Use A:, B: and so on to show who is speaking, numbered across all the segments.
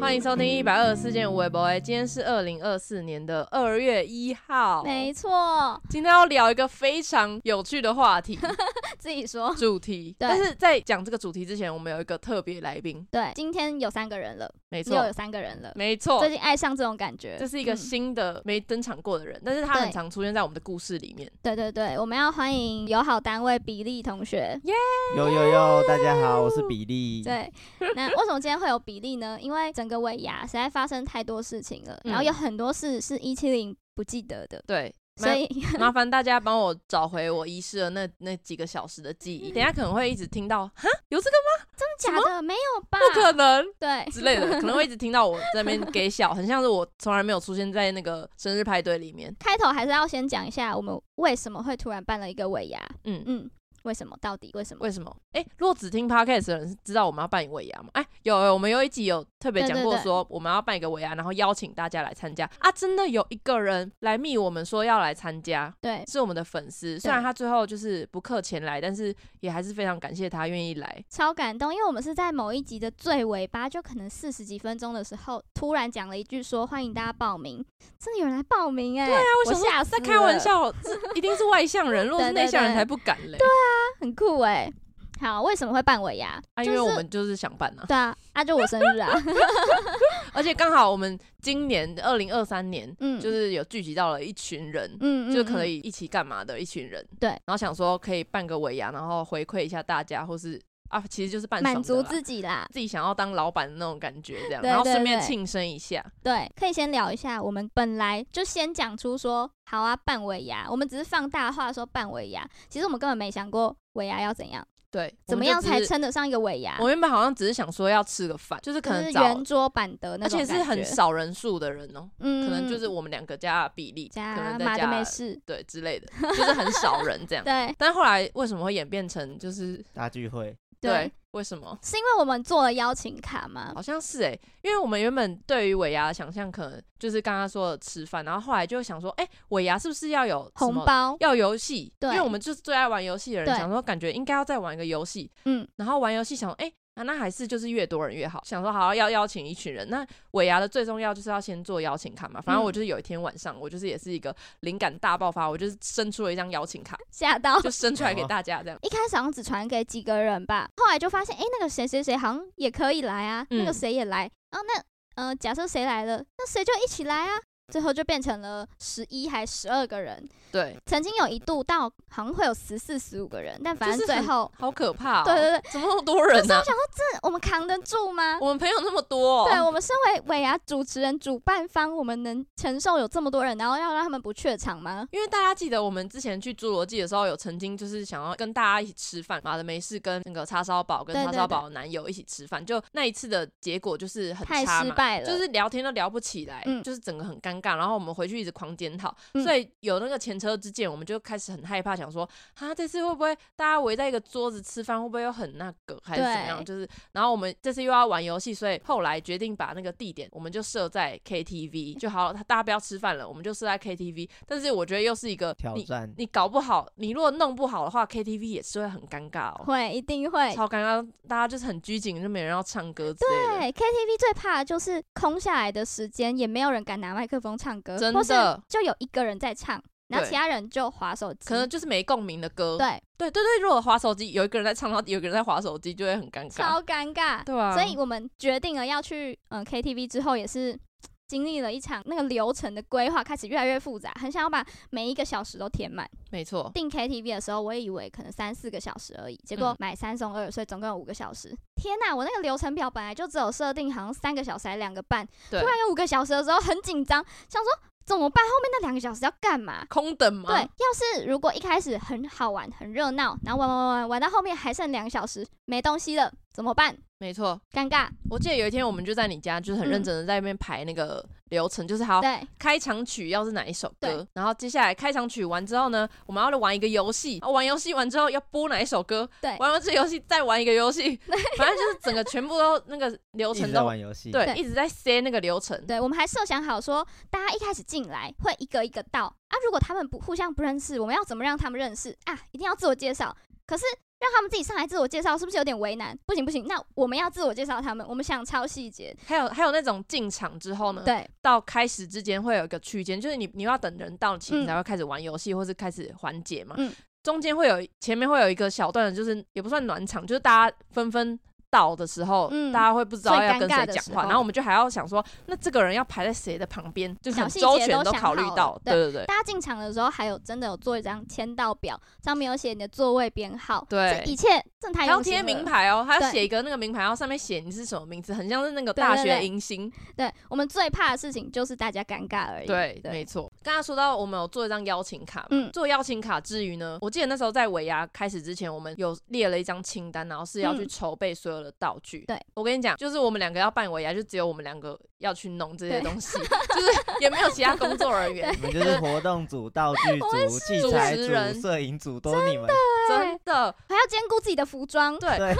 A: 欢迎收听一百二十四件无为 boy，今天是二零二四年的二月一号。
B: 没错，
A: 今天要聊一个非常有趣的话 题
B: 自己说。
A: 主题，
B: 对
A: 但是在讲这个主题之前，我们有一个特别来宾，
B: 对，今天有三个人了，
A: 没
B: 又有
A: 错，
B: 三个人了，
A: 没错
B: 最，近爱上这种感觉。
A: 这是一个
B: 嗯
A: 新的没登场过的人，但是他
B: 对
A: 很常出现在我们的故事里面。
B: 对对对，我们要欢迎友好单位比利同学。
C: 有有有，大家好，我是比利。
B: 对，那为什么今天会有比利呢？因为整个尾牙实在发生太多事情了，
A: 嗯
B: 然后有很多事是一七零不记得的，
A: 对，
B: 所以
A: 麻 麻烦大家帮我找回我遗失的那那几个小时的记
B: 嗯
A: 忆。等一下可能会一直听 到，哈，有这个
B: 真的假的没有吧？
A: 不可能
B: 对
A: 之 类的，可能会一直听到我在那边给小，很像是我从来没有出现在那个生日派对里面。
B: 开头还是要先讲一下我们为什么会突然办了一个尾牙。
A: 嗯，
B: 嗯，为什么？到底为什么？
A: 为什么？哎、如果只听 podcast 的人是知道我们要办尾牙吗？哎、有有，我们有一集有特别讲
B: 对对
A: 过
B: 对
A: 说我们要办一个尾牙，然后邀请大家来参加啊！真的有一个人来密我们说要来参加，
B: 对
A: 是我们的粉丝。虽然他最后就是不客前来，但是也还是非常感谢他愿意来。
B: 超感动，因为我们是在某一集的最尾巴，就可能四十几分钟的时候，突然讲了一句说欢迎大家报名，真的有人来报名哎、对啊，
A: 我
B: 我
A: 想说
B: 吓死
A: 在
B: 了，
A: 开玩笑，这一定是外向 人，如果是内向人
B: 对对对
A: 才不敢嘞。对啊，
B: 很酷哎、好，为什么会办尾牙？
A: 因为
B: 就是
A: 我们就是想办啊，
B: 对啊，啊就我生 日啊，
A: 而且刚好我们今年二零二三年
B: 嗯，
A: 就是有聚集到了一群人，
B: 嗯
A: 就可
B: 以，
A: 以一起干嘛的一群人。
B: 对
A: 然后想说可以办个尾牙，然后回馈一下大家，或是啊，其实就是办
B: 嗯满足
A: 自
B: 自己啦。
A: 自己想要当老板的那种感觉，这样，
B: 对
A: 然后顺便
B: 对对
A: 庆生一下。
B: 对，可以先聊一下，我们本来就先讲出说好啊，办尾牙，我们只是放大话说办尾牙，其实我们根本没想过尾牙要怎样，
A: 对，
B: 怎么
A: 我
B: 样
A: 们就
B: 才
A: 只是？
B: 称得上一个尾牙，
A: 我原本好像只是想说要吃个饭，就是可
B: 就是
A: 能找
B: 圆，桌板的那
A: 而
B: 种
A: 且
B: 感觉，
A: 是很少人数的人哦，
B: 嗯，
A: 可能就是我们两个加比例，可
B: 加
A: 能再
B: 马啊的
A: 加
B: 美式，
A: 对之类的，就是很少人这样。
B: 对
A: 但后来为什么会演变成就是
C: 大聚会，
A: 对？为什么？
B: 是因为我们做了邀请卡吗？
A: 好像是哎、因为我们原本对于尾牙的想象可能就是刚刚说的吃饭，然后后来就想说，哎、尾牙是不是要有什
B: 红
A: 么？
B: 包，
A: 要游戏？
B: 对
A: 因为我们就是最爱玩游戏的人，
B: 对
A: 想说感觉应该要再玩一个游戏，
B: 嗯，
A: 然后玩游戏想说，哎、啊，那还是就是越多人越好。想说好要邀请一群人，那尾牙的最重要就是要先做邀请卡嘛。反正
B: 嗯
A: 我就是有一天晚上，我就是也是一个灵感大爆发，我就是生出了一张邀请卡，
B: 吓到。
A: 就生出来给大家这样。
B: 一开始好像只传给几个人吧，后来就发现，哎、那个谁谁谁好像也可以来啊，
A: 嗯
B: 那个谁也来，然后那呃，假设谁来了，那谁就一起来啊，最后就变成了十一还十二个人，
A: 对，
B: 曾经有一度到好像会有十四十五个人，但反正
A: 就是
B: 最
A: 很
B: 后，
A: 好可怕、哦！
B: 对对对，
A: 怎么那么多人呢、
B: 那我们扛得住吗？
A: 我们朋友那么多、哦，
B: 对我们身为尾牙主持人、主办方，我们能承受有这么多人，然后要让他们不怯场吗？
A: 因为大家记得我们之前去侏罗纪的时候，有曾经就是想要跟大家一起吃饭，马的没事跟那个叉烧堡跟
B: 对对
A: 叉烧堡的男友一起吃饭，就那一次的结果就是很
B: 太
A: 差
B: 失
A: 嘛。
B: 败了，
A: 就是聊天都聊不起来，
B: 嗯
A: 就是整个很尴尬。然后我们回去一直狂检讨，
B: 嗯
A: 所以有那个前车之鉴，我们就开始很害怕，想说，哈，这次会不会大家围在一个桌子吃饭，会不会又很那个，还是怎么样？
B: 对
A: 就是，然后我们这次又要玩游戏，所以后来决定把那个地点，我们就设在 KTV 就好了。大家不要吃饭了，我们就设在 KTV。但是我觉得又是一个
C: 挑
A: 你
C: 战
A: 你搞不好，你如果弄不好的话，KTV 也是会很尴尬哦。
B: 会一定会。
A: 超尴尬，大家就是很拘谨，就没人要唱歌之类的。
B: 对，KTV 最怕的就是空下来的时间，也没有人敢拿麦克风唱歌，
A: 真
B: 或是
A: 的
B: 就有一个人在唱，然后
A: 对
B: 其他人就划手机。
A: 可能就是没共鸣的歌，
B: 对，
A: 对对对，如果划手机，有一个人在唱，然后有一个人在划手机，就会很尴尬。
B: 超尴尬。
A: 对啊，
B: 所以我们决定了要去嗯、呃 KTV 之后，也是经历了一场那个流程的规划，开始越来越复杂，很想要把每一个小时都填满。
A: 没错，
B: 订 KTV 的时候，我也以为可能三四个小时而已，结果
A: 嗯
B: 买三送二，所以总共有五个小时。天呐，我那个流程表本来就只有设定好像三个小时还两个半，突
A: 对
B: 然有五个小时的时候很紧张，想说怎么办？后面那两个小时要干嘛？
A: 空等嘛。
B: 对，要是如果一开始很好玩、很热闹，然后玩玩玩玩玩到后面还剩两个小时没东西了，怎么办？
A: 没错。
B: 尴尬。
A: 我记得有一天我们就在你家，就是很认真的在那边排那个流程，就是好
B: 嗯对，
A: 开场曲要是哪一首歌
B: 对，
A: 然后接下来开场曲完之后呢，我们要来玩一个游戏，啊玩游戏完之后要播哪一首歌，
B: 对
A: 玩完这游戏再玩一个游 戏，反正就是整个全部都那个流
C: 一直
A: 程
C: 在
A: 都
C: 玩游戏。
A: 对，
B: 对
A: 一直在塞那个流程。
B: 对，我们还设想好说，大家一开始进来会一个一个到啊，如果他们不互相不认识，我们要怎么让他们认识啊？一定要自我介绍。可是让他们自己上来自我介绍，是不是有点为难？不行不行，那我们要自我介绍他们，我们想超细节。
A: 还有还有那种进场之后呢，
B: 对，
A: 到开始之间会有一个区间，就是你你要等人到齐
B: 嗯
A: 你才会开始玩游戏、或是开始环节嘛。
B: 嗯
A: 中间会有前面会有一个小段的，就是也不算暖场，就是大家纷纷到的时候，
B: 嗯
A: 大家会不知道
B: 最
A: 要
B: 尴
A: 跟
B: 尬
A: 谁
B: 的
A: 讲
B: 时
A: 话，
B: 候
A: 然后我们就还要想说，那这个人要排在谁的旁边，就是很
B: 小细
A: 周
B: 节
A: 全
B: 都
A: 都
B: 想
A: 考虑
B: 好
A: 到
B: 了。
A: 对对对，
B: 大家进场的时候还有真的有做一张签到表，上面有写你的座位编号，
A: 对
B: 这一切正太
A: 还
B: 用
A: 要
B: 心
A: 贴
B: 了
A: 名。牌哦，还要
B: 对
A: 写一个那个名牌，然后上面写你是什么名字，很像是那个
B: 对
A: 大
B: 对
A: 学
B: 对
A: 迎新。
B: 对我们最怕的事情就是大家尴尬而已。
A: 对，没
B: 对，
A: 错。刚刚说到我们有做一张邀请卡嘛，
B: 嗯
A: 做邀请卡之余呢，我记得那时候在尾牙开始之前，我们有列了一张清单，然后是要去
B: 嗯
A: 筹备所有的道具。
B: 对
A: 我跟你讲，就是我们两个要办尾牙，就只有我们两个要去弄这些
B: 对
A: 东西，就是也没有其他工作人 员，
C: 你们就是活动组、道 具组、器材
A: 主持人
C: 组、摄影组，都是你们。
A: 真的
B: 还要兼顾自己的服装。
A: 对
C: 对，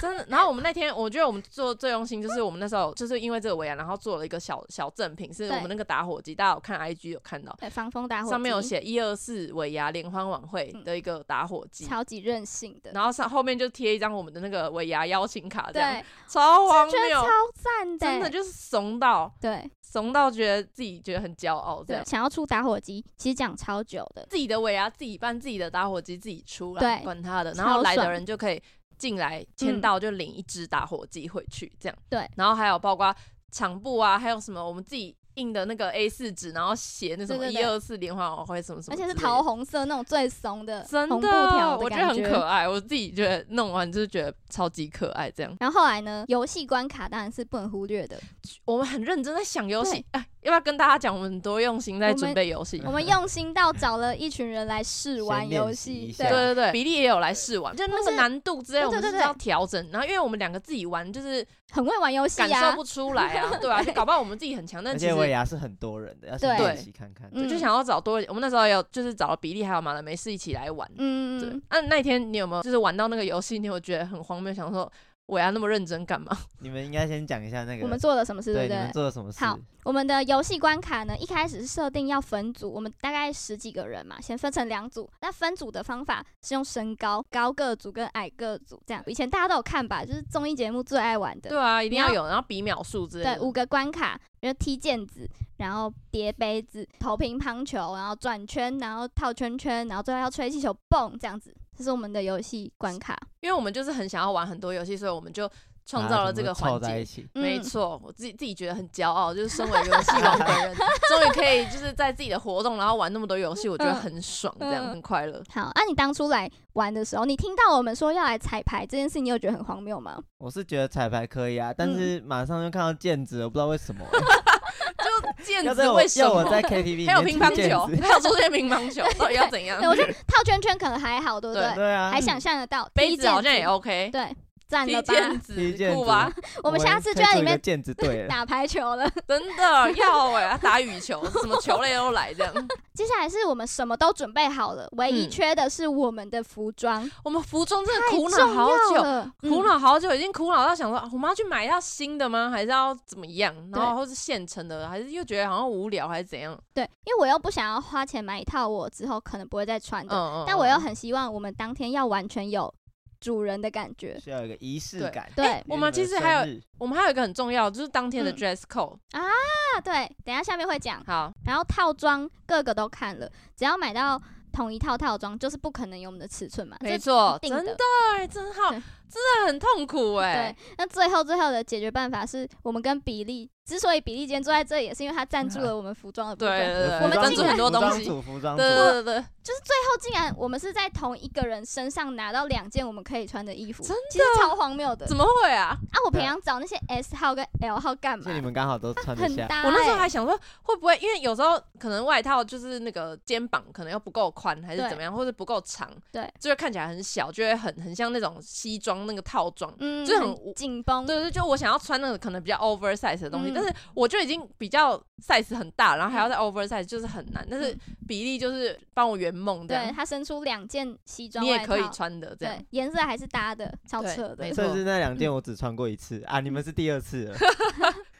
A: 真的。然后我们那天，我觉得我们做最用心，就是我们那时候就是因为这个尾牙，然后做了一个小小赠品，是我
B: 对
A: 们那个打火机，大家有看 IG 有看到。
B: 对，防风打火
A: 上面有
B: 机
A: 写一二四尾牙联欢晚会
B: 嗯
A: 的一个打火机，
B: 超级任性的，
A: 然后上后面就贴一张我们的那个尾牙邀请卡，这样
B: 对，
A: 超荒
B: 我觉得超
A: 谬，
B: 赞的欸，
A: 真的就是怂到
B: 对
A: 怂到觉得自己觉得很骄傲，这
B: 对
A: 样，
B: 想要出打火机，其实讲超久的，
A: 自己的尾牙自己办，自己的打火机自己出来，
B: 对
A: 管他的，
B: 超
A: 然后来的
B: 爽嗯
A: 人就可以进来签到就领一支打火机回去，这样
B: 对，
A: 然后还有包括场布啊，还有什么我们自己印的那个 A 四纸，然后写那什么
B: 对对
A: 一
B: 对
A: 二四联欢晚会什么什么
B: 而
A: 之
B: 且
A: 类
B: 是
A: 的，
B: 桃红色那种最怂的
A: 真
B: 红布条
A: 的，
B: 的
A: 我觉
B: 感
A: 得很可爱，我自己觉得弄完就是觉得超级可爱，这样。
B: 然后后来呢，游戏关卡当然是不能忽 略的，
A: 我们很认真在想游戏，哎，要不要跟大家讲，我们很多用心在准备游戏
B: 我？们哦用心到找了一群人来试玩
C: 先练
B: 游
C: 习一
B: 戏，
C: 下
A: 对
B: 对
A: 对对，比利也有来试玩，就那
B: 或
A: 个
B: 是
A: 难度之类，
B: 对对
A: 我们就
B: 对
A: 是
B: 对
A: 要调整。然后，因为我们两个自己玩，就是
B: 很会玩游戏
A: 感受
B: 啊
A: 不，出来啊，对啊，就搞不好我们自己很强，但
C: 而
A: 其
C: 且尾
A: 实
C: 牙是很多人的，要
B: 对
C: 先练习看看。
B: 嗯
A: 就想要找多一点。我们那时候有就是找了比利还有马德梅斯一起来玩。
B: 嗯，
A: 对
B: 嗯，
A: 那那天你有没有就是玩到那个游戏，你有觉得很荒谬，想说我要那么认真干嘛？
C: 你们应该先讲一下那个，
B: 我们做了什么事，对
C: 对
B: 不
C: 你
B: 对
C: 们？做了什么事？
B: 好我们的游戏关卡呢，一开始是设定要分组，我们大概十几个人嘛，先分成两组。那分组的方法是用身高，高个组跟矮个组这样。以前大家都有看吧，就是综艺节目最爱玩的。
A: 对啊，一定
B: 你
A: 要
B: 要
A: 有，然后比秒数之类
B: 对，
A: 的。
B: 五个关卡，比如踢毽子，然后叠杯子、投乒乓球，然后转圈，然后套圈圈，然后最后要吹气球蹦这样子。这是我们的游戏关卡。
A: 因为我们就是很想要玩很多游戏，所以我们就创造了这个
C: 把它全
A: 环
C: 部啊凑在
A: 节
C: 一。起。
B: 嗯
A: 没错，我自己自己觉得很骄傲，就是身为游戏王本 人，终于可以就是在自己的活动，然后玩那么多游戏，我觉得很爽，这样
B: 嗯
A: 很快乐。
B: 好，啊，你当初来玩的时候，你听到我们说要来彩排这件事，你有觉得很荒谬吗？
C: 我是觉得彩排可以啊，但
B: 嗯
C: 是马上就看到毽子了，我不知道为什么。
A: 就 毽
C: 要
A: 子
C: 在我
A: 为什
C: 要我
A: 么？
C: 在 KTV 里
A: 还有
C: 面
A: 乒
C: 踢
A: 乓
C: 毽子
A: 球，还 有出现乒乓球，到底要怎样
B: 对，？哎我觉得套圈圈可能还好，对不对？
C: 对啊，
B: 还想象得到，
A: 嗯杯
B: 踢
A: 子好
B: 毽
A: 像也哦 OK，
B: 对，赞
A: 踢
B: 了吧？
A: 毽
C: 踢毽
A: 子
C: 子
A: 酷吧？
B: 我们下次就
C: 推
B: 在
C: 出
B: 里
C: 一个
B: 面
C: 毽子队 了。
B: 打排球了。
A: 真的要哎，打羽球什么球类都来这样。
B: 接下来是我们什么都准备好了，唯一
A: 嗯
B: 缺的是我们的服装，
A: 我们服装真的
B: 太
A: 苦恼
B: 重
A: 好久
B: 要，了，
A: 苦
B: 嗯。
A: 恼好久，已经苦恼到想说，啊我们要去买一套新的吗？还是要怎么样？
B: 对
A: 然后或是现成的，还是又觉得好像无聊，还是怎样？
B: 对，因为我又不想要花钱买一套我之后可能不会再穿
A: 嗯
B: 的，
A: 嗯。
B: 但我又
A: 嗯
B: 很希望我们当天要完全有主人的感觉。
C: 需要有一个仪式
A: 对
C: 感。
B: 对
A: 我们其实还有
C: 有
A: 我们还有一个很重要，就是当天的
B: 嗯
A: dress code。
B: 啊，对，等一下下面会讲。
A: 好，
B: 然后套装各个都看了，只要买到同一套套装，就是不可能有我们的尺寸嘛，
A: 没
B: 这
A: 错，
B: 一
A: 真
B: 定的
A: 的哎，真好，
B: 对
A: 真的很痛苦哎
B: 对。，那最后最后的解决办法是我们跟比利，之所以比利今天坐在这里，也是因为他赞助了我们服装的部
A: 嗯对对
B: 分。
A: 对，对
B: 我们
A: 赞
B: 进
A: 助
B: 来
A: 很多东西。
C: 呃服装组服装
A: 对
C: 组，
A: 对对对，
B: 最后竟然我们是在同一个人身上拿到两件我们可以穿的衣服，
A: 真的
B: 其实超荒谬的。
A: 怎么会啊？
B: 啊，我平常找那些 S 号跟 L 号干嘛
C: 就？你们刚好都穿得
B: 很
C: 下。
B: 搭、欸。
A: 我那时候还想说，会不会因为有时候可能外套就是那个肩膀可能又不够宽，还是
B: 对
A: 怎么样，或者不够长，
B: 对，
A: 就会看起来很小，就会很很像那种西装那个套装。
B: 嗯，
A: 就很
B: 很紧绷，
A: 对对，就我想要穿那个可能比较 oversize 的东西，
B: 嗯
A: 但是我就已经比较 size 很大，然后还要再 oversize 就是很难，但是
B: 嗯
A: 比例就是帮我圆梦这
B: 对
A: 样，
B: 他伸出两件西装
A: 啊你
B: 外套，
A: 也可以穿的这样
B: 对，，颜色还是搭的，超
A: 对
B: 扯的
A: 没。错
C: 甚至那两件我只穿过一次啊，你们是第二次了。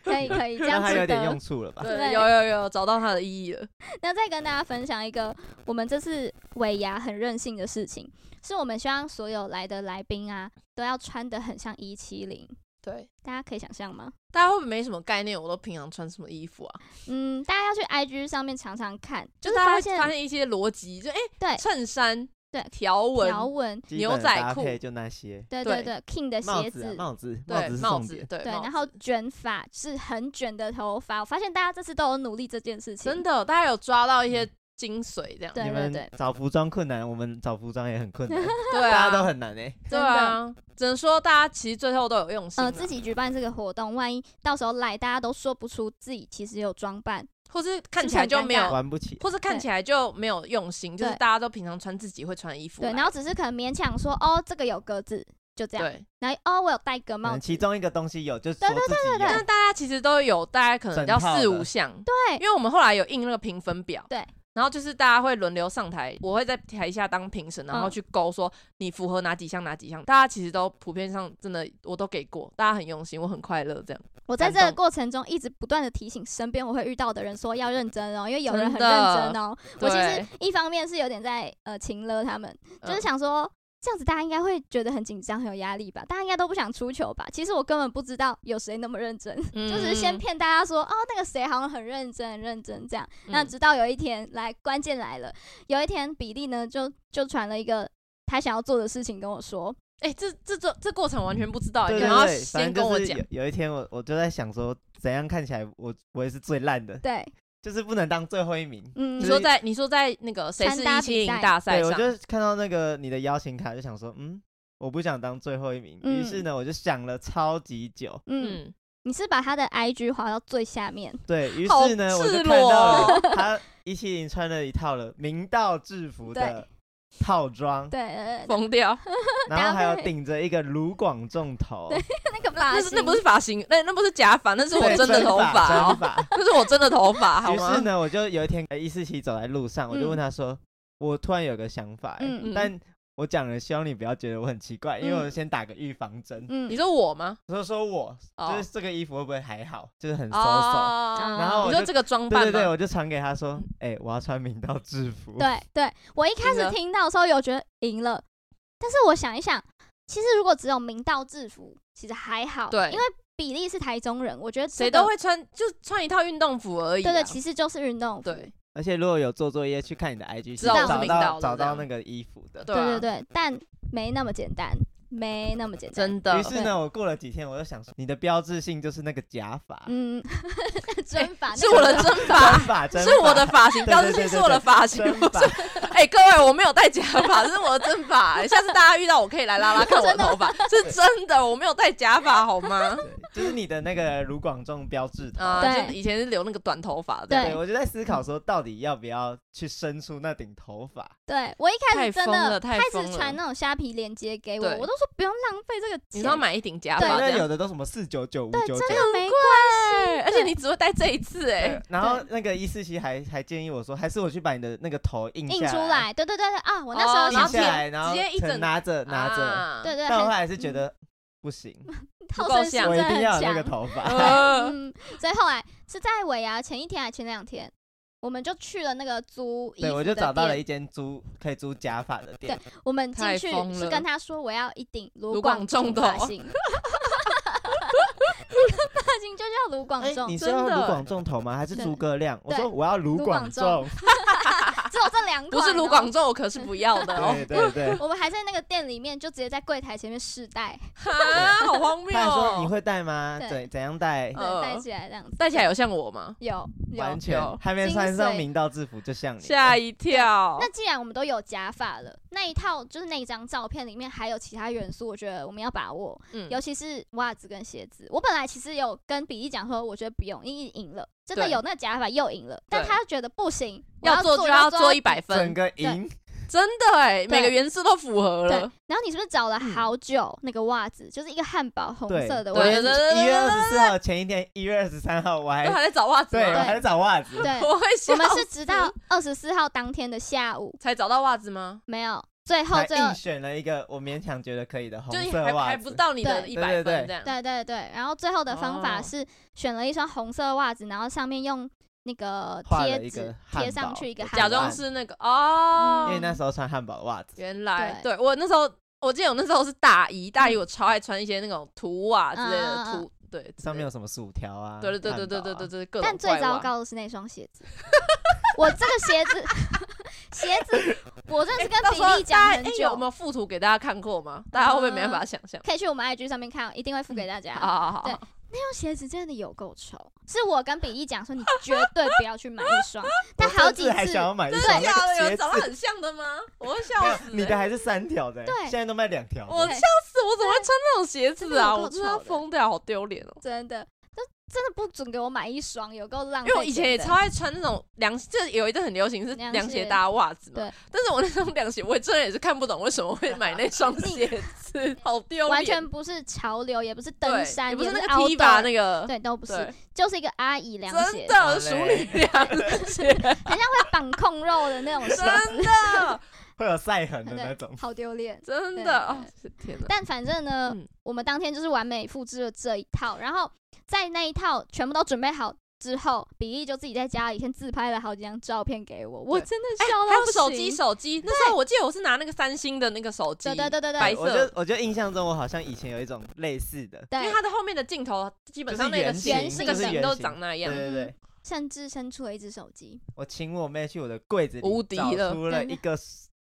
B: 可以 可以，这
C: 那
B: 样
C: 它有
B: 值
C: 点用
B: 得。
C: 处了吧？
A: 对，
B: 对
A: 有有有找到它的意义了。
B: 那再跟大家分享一个我们这次尾牙很任性的事情，是我们希望所有来的来宾啊都要穿得很像一七零，
A: 对，
B: 大家可以想象吗？
A: 大家会不会没什么概念？我都平常穿什么衣服啊？
B: 嗯，大家要去 IG 上面常常看，
A: 就是大家
B: 发
A: 会
B: 现
A: 发现一些逻辑，就哎，
B: 对
A: 衬衫，
B: 对
A: 条纹，
B: 条纹，
C: 基
A: 牛
C: 本
A: 仔
C: 搭
A: 裤
C: 配就那些，
B: 对
A: 对
B: 对对，King 的
C: 帽
B: 鞋
C: 子啊、
B: 子，
C: 帽子、帽
A: 对，
C: 子是
A: 帽
C: 重
A: 子
C: 点，。
A: 对，
B: 对，
A: 帽
B: 然后
A: 子
B: 卷发是很卷的头发，我发现大家这次都有努力这件事情，
A: 真的，大家有抓到一些精髓，这样
B: 嗯对
C: 你
B: 对
C: 们
B: 对，
C: 找服装困难，我们找服装也很困难，
A: 对
C: 大
A: 啊，
C: 家都很难哎、
A: 对啊，只能说大家其实最后都有用心啦，
B: 呃，自己举办这个活动，万一到时候来大家都说不出自己其实有装扮，
A: 或是看起来就没有，
C: 玩不起。
A: 或是看起来就没有用心，就是
B: 对
A: 大家都平常穿自己会穿的衣服来，
B: 对，然后只是可能勉强说哦这个有格子就这样，
A: 对，
B: 然后哦我有戴个
C: 可
B: 帽
C: 能
B: 子，
C: 嗯其中一个东西有，就是说自己有。
A: 但大家其实都有，大概可能要
C: 整套的
A: 四五项，
B: 对
A: 因为我们后来有印那个评分表，
B: 对。
A: 然后就是大家会轮流上台，我会在台下当评审，
B: 嗯
A: 然后去勾说你符合哪几项哪几项。大家其实都普遍上真的我都给过，大家很用心，我很快乐这样。
B: 我在
A: 感
B: 这个
A: 动
B: 过程中一直不断的提醒身边我会遇到的人说要认真哦，因为有人很
A: 真
B: 认
A: 的
B: 真哦。我其
A: 对
B: 实一方面是有点在呃情勒他们， 就是
A: 嗯
B: 想说。这样子大家应该会觉得很紧张、很有压力吧？大家应该都不想出糗吧？其实我根本不知道有谁那么认真，就只是先
A: 嗯
B: 骗大家说哦，那个谁好像很认真、很认真这样。
A: 嗯
B: 那直到有一天，来关键来了，有一天比利呢就就传了一个他想要做的事情跟我说，
A: 哎、这这这这过程完全不知道、
C: 对
A: 你
C: 对
A: 们要
C: 对，反
A: 先
C: 正
A: 跟我
C: 就是
A: 讲。
C: 有有一天我我就在想说，怎样看起来我我也是最烂的，
B: 对，就是
C: 不能当最后一名。
B: 嗯
A: 你
C: 就
A: 说
C: 是
A: 在你说在那个谁
B: 穿
A: 是
B: 搭
A: 一
B: 比
A: 七零
B: 赛
A: 大赛
C: 对，我
A: 上，
C: 就看到那个你的邀请卡，就想说，嗯，我不想当最后一名。于是呢，我就想了超级久。
B: 嗯，
A: 嗯，
B: 你是把他的 IG 滑到最下面，
C: 对于
A: 好
C: 是呢，我就
A: 赤
C: 看
A: 裸
C: 到
A: 哦
C: 了他一七零穿了一套了明道制服的套装，
B: 对，呃
A: 疯掉，
C: 然后还有
B: 搭配
C: 顶着一个卢广仲头，
B: 那个发
A: 那是
B: 型，
A: 那不是发型，那那不是假发，那是我
C: 对
A: 真的头
C: 发，
A: 发
C: 真
A: 哦，
C: 发。
A: 那是我真的头 发，好
C: 于是
A: 吗？
C: 呢，我就有一天呃一四七走在路上，我就问他说：“我突然有个想法、欸
B: 嗯
A: 嗯
C: 但我讲了，希望你不要觉得我很奇怪，因为
B: 嗯
C: 我先打个预防针。
B: 嗯
A: 你说我吗？
C: 所以说我
A: 哦
C: 就是这个衣服会不会还好，就是很 so so。
A: 哦，
C: 然后
A: 你
C: 我
A: 说
C: 就
A: 这个装
C: 对
A: 扮
C: 对对，
A: 吗？嗯
C: 我就传给他说：“哎、我要穿明道制服。”
B: 对对，我一开
A: 赢
B: 始
A: 了
B: 听到的时候有觉得赢了，但是我想一想，其实如果只有明道制服，其实还好，
A: 对
B: 因为比利是台中人，我觉得这
A: 谁
B: 个
A: 都，会穿，就穿一套运动服而已啊。
B: 对对，其实就是运动服，
A: 对
C: 而且如果有做作业去看你的
A: 知
C: IG，是
A: 道
B: 我是
C: 找
A: 明道
C: 到
A: 的
C: 找
A: 这
C: 到
A: 样
C: 那个衣服的。
A: 啊
B: 对对对，但没那么简单，没那么简单，
A: 真的
C: 于。是
B: 对
C: 呢，我过了几天，我就想说，你的标志性就是那个假发，
B: 嗯， 真法、那
A: 哎是
B: 个
A: 我的真
C: 真
A: 发，
C: 发，真
A: 啊是我
C: 发
A: 的发型，
C: 对
A: 标
C: 对
A: 志性
C: 对
A: 是
C: 对
A: 我的
C: 对
A: 发型。
C: 真发。
A: 哎，各位，我没有戴假发，这是我的真发。哎下次大家遇到我可以来拉 拉看我的头发，是真的，我没有戴假发，好吗？
C: 对，就是你的那个卢广仲标志头。
A: 啊、
B: 对
A: 就以前是留那个短头发的，
B: 对
C: 对，我就在思考说，到底要不要去伸出那顶头发？
B: 对我一开
A: 太
B: 始真
A: 疯了
B: 的
A: 太
B: 开
A: 疯
B: 始
A: 了
B: 传那种虾皮链接给我，
A: 对
B: 我都说不用浪费这个
A: 你
B: 钱，
A: 知道买一顶假
B: 对
A: 发
C: 那
A: 这样，
C: 有的都什么四九九五
B: 对，
C: 九
B: 真
C: 九。
B: 的没
A: 对，哎而
B: 关系，
A: 且你只会戴这一次哎、
C: 对然后那个一四七还还建议我说，还是我去把你的那个头印
B: 印
C: 下
B: 出
C: 来，
B: 来，对对对对啊，我那
A: 哦然
B: 时候
A: 后
C: 印
B: 是
C: 下来，然后
A: 直接一
C: 可能
A: 整
C: 拿着拿着。
A: 啊
B: 对对，
C: 但我后
B: 很
C: 来是觉得不行，
B: 好
A: 够
B: 胜心
A: 像
C: 我
B: 真
C: 一
B: 的
C: 定
B: 很
C: 要有那个
B: 强。
C: 头发。
A: 呃
B: 嗯，所以后来是在尾牙前一天还前两天，我们就去了那个租衣服
C: 对，
B: 的
C: 我就找到了
B: 店
C: 一间租可以租假发的店，
B: 我们进
A: 太
B: 去
A: 疯
B: 是
A: 了
B: 跟他说我要一顶卢
A: 卢
B: 广
A: 广仲
B: 仲
A: 的
B: 发
A: 哦
B: 型，那 个发型就叫卢广
C: 哎，
B: 仲
C: 你，是
A: 真
C: 要
A: 的
C: 卢广仲头吗？还是
B: 对
C: 诸葛亮？我
B: 对
C: 说我要卢
B: 卢
C: 广
B: 广仲
C: 仲。
B: 只有这两款。
A: 不是卢
B: 仲。
A: 广仲，我可是不要的哦
C: 对，对对。
B: 我们还在那个店里面，就直接在柜台前面试戴，
A: 啊，好荒谬
C: 他还说你
A: 哦！
C: 会戴吗？
B: 对
C: 怎怎样戴？
A: 呃
B: 戴起来这样子。
A: 戴起来有像我吗？
B: 有有
C: 完。全
A: 有
C: 还没
B: 精
C: 穿上
B: 髓
C: 明道制服就像你了。
A: 吓一跳！
B: 那既然我们都有假发了，那一套就是那一张照片里面还有其他元素，我觉得我们要把握，
A: 嗯
B: 尤其是袜子跟鞋子。我本来其实有跟比利讲说，我觉得不用，因为赢了，真的
A: 对
B: 有那个假发又赢了，但
A: 对
B: 他觉得不行，我
A: 要做
B: 做
A: 就
B: 要
A: 要做一百
C: 整
A: 分，
C: 个赢，
A: 真的哎，
B: 对
A: 每个元素都符合
B: 对，
A: 了。
B: 然后你是不是找了
A: 嗯
B: 好久、那个袜子，就是一个汉堡红
C: 对
B: 色
A: 对
B: 的袜
A: 对
B: 子？
A: 对
C: 一月二十四号前一天，一月二十三号我还
A: 我还在找袜子
C: 对
A: 吗，
C: 我还在找袜子，
B: 对，
A: 我会笑
B: 我们是直
A: 死
B: 到二十四号当天的下午
A: 才找到袜子吗？
B: 没有，最后
C: 还
B: 最后
C: 硬选了一个我勉强觉得可以的红
A: 就是
C: 色
A: 还
C: 袜
A: 还不
C: 子。
A: 到你的
B: 对
A: 一百
C: 对对
A: 分
C: 对
A: 这样。
B: 对对对，然后最后的方法
A: 哦
B: 是选了一双红色袜子，然后上面用那个
C: 画了
B: 贴
C: 一
B: 纸
C: 个
B: 贴
C: 汉
B: 上
C: 堡
B: 去一个
C: 的
B: 汉
A: 假
B: 堡
A: 装是那个哦
C: 因，为那时候穿汉堡袜子，
A: 原来对我那时候，我记得我那时候是大一，大一我超爱穿一些那种图袜之类
B: 嗯嗯
A: 的
B: 嗯
A: 图，对，
C: 上面有什么薯条啊？
A: 对对对对对
C: 汉堡
A: 对
C: 啊
A: 对对，各种
B: 但最
A: 怪
B: 糟
A: 袜，
B: 糕的是那双 鞋子，我这个鞋子 鞋子，我真的是跟
A: 到时
B: 比
A: 候
B: 利讲
A: 大家哎有
B: 很
A: 没
B: 久，
A: 有附图给大家看过吗？大家会不会没办法想象？
B: 可以去我们 IG 上面看，一定会付给大家。
A: 嗯好好好
B: 对
A: 好，
B: 那双鞋子真的有够丑，是我跟比利讲说你绝对不要去买一 双，但
C: 我
B: 好
C: 甚
B: 几
C: 至还想
B: 次。
C: 要买一
A: 真
C: 双
A: 的
C: 那
A: 假的？有
C: 个鞋
A: 人
C: 子
A: 长得很像的吗？我会笑死、
C: 你的还是三条的欸，
B: 对
C: 现在都卖两条
A: 我
C: 了。
A: 笑死！我怎么会穿那种鞋
B: 真
A: 子
B: 的有
A: 啊？
B: 够
A: 我真的要
B: 丑的
A: 疯掉，好丢脸哦！
B: 真的，就真的不准给我买一双，有够浪
A: 因
B: 费。
A: 为我以前也超，爱穿那种凉，这有一阵很流行是
B: 凉
A: 凉鞋
B: 鞋
A: 搭袜子嘛
B: 对。
A: 但是我那双凉鞋，我真的也是看不懂为什么会买那 双鞋子，好丢脸。
B: 完全不是潮流，也不是
A: 对
B: 登山，
A: 也不是
B: 是
A: 那个
B: outdoor，
A: T 吧，那个
B: 对，都不是，
A: 对
B: 就是一个阿姨凉
A: 真
B: 鞋，
A: 的
C: 子
A: 淑女凉鞋，
B: 很像会绑控肉的那种鞋子，
A: 真的
C: 会有晒痕的
B: 对
C: 那种。
B: 好丢脸。
A: 真
B: 对
A: 的哦！天哪！
B: 但反正呢，
A: 嗯
B: 我们当天就是完美复制了这一套，然后在那一套全部都准备好之后，比利就自己在家里先自拍了好几张照片给我，我
A: 对
B: 真的
A: 哎
B: 笑到、
A: 还有手机，，手机那时候我记得我是拿那个三星的那个手机，
B: 对对对对
A: 白
B: 对
A: 色
C: 我就我就印象中，我好像以前有一种类似的，
A: 因为
B: 对，
A: 它的后面的镜头基本上那个
C: 就是
A: 形
B: 圆
A: 那
B: 形
A: 个
B: 就是
A: 形
C: 圆
A: 都
C: 形
A: 长那
C: 对
A: 样，
C: 对对，
B: 甚至伸出了一只手机，
C: 我请我妹去我的柜子里
A: 无敌
C: 找
A: 了
C: 出了
B: 真的
C: 一个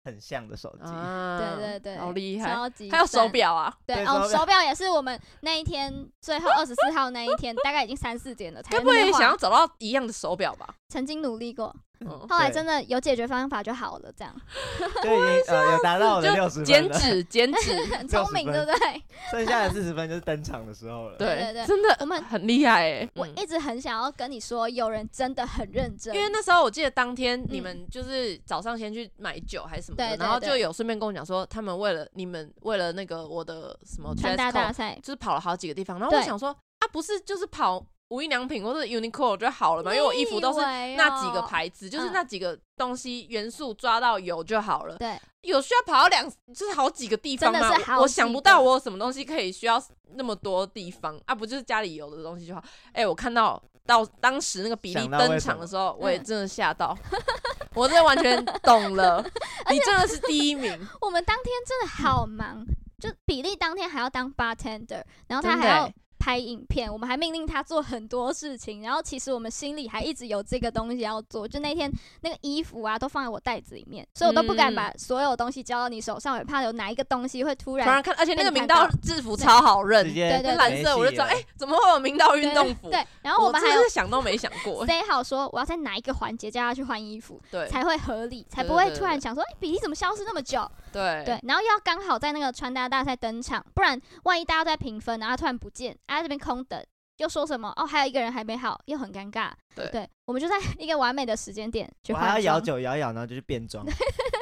C: 很像的手机，
A: 啊
B: 对对对，
A: 好厉害！
B: 超级
A: 还有手
B: 赞。
A: 表啊，
B: 对
C: 对
B: 哦，
C: 手表
B: 手表也是我们那一天最后二十四号那一天，大概已经三四点了才
A: 该
B: 在哎那
A: 不
B: 边
A: 会
B: 画。
A: 想要找到一样的手表吧？
B: 曾经努力过，
A: 嗯，
B: 后来
C: 对
B: 真的有解决方法就好了，这 样
C: 就已经呃有达到我的
A: 就
C: 六十 分
A: 减
C: 了，
A: 脂减脂，
B: 很聪明，对
C: 60分
B: 不 对？
C: 剩下的四十分就是登场的时候了。
B: 对对
A: 真的
B: 我们
A: 很厉害哎。
B: 我
A: 嗯
B: 一直很想要跟你说，有人真的很认真，
A: 因为那时候我记得当天你
B: 嗯
A: 们就是早上先去买酒还是什么
B: 对
A: 的，
B: 对
A: 然后就
B: 对
A: 有顺便跟我讲说，他们为了你们为了那个我的什么
B: 穿
A: dress
B: 搭
A: code，
B: 大赛，
A: 就是跑了好几个地方，然后我
B: 对
A: 想说啊，不是就是跑无印良品或者 Uniqlo 就好了嘛，因为我衣服都是
B: 你以为哦
A: 那几个，牌子，就是
B: 嗯
A: 那几个东西元素抓到有就好了。
B: 对，
A: 有需要跑到两就是好几个地方吗？
B: 真的是好几个
A: 我想不到我有什么东西可以需要那么多地方啊，不就是家里有的东西就好。哎、我看到到当时那个比例
C: 想到
A: 登
C: 为什么
A: 场的时候，我也
B: 嗯
A: 真的吓到， 我真的完全懂 了，你真的是第一名，
B: 我们当天真的好忙，就比利当天还要当 bartender，然后
A: 真
B: 他
A: 的
B: 还要
A: 欸。
B: 拍影片，我们还命令他做很多事情，然后其实我们心里还一直有这个东西要做，就那天那个衣服啊都放在我袋子里面，所以我都不敢
A: 嗯
B: 把所有东西交到你手上，我也怕有哪一个东西会突
A: 突
B: 然
A: 然看，而且那个
B: 被你
A: 明
B: 看到
A: 道制服超好认
C: 直，
B: 对
C: 接
B: 对
A: 那蓝色我就知道，哎、怎么会有明道运动服？
B: 对，对然后我们还有
A: 真的是想都没想 过，
B: 塞好说我要在哪一个环节叫他去换衣服，
A: 对
B: 才会合理，才
A: 对
B: 不
A: 对
B: 会
A: 对
B: 突然想说，哎、比利怎么消失那么久？
A: 对
B: 对，然后又要刚好在那个穿搭大赛登场，不然万一大家都在评分，然后他突然不见，啊，这边空等，又说什么哦，还有一个人还没好，又很尴尬。
A: 对
B: 我们就在一个完美的时间点去
C: 我
B: 换
C: 还要摇
B: 装。
C: 酒摇摇，然后就去变 装，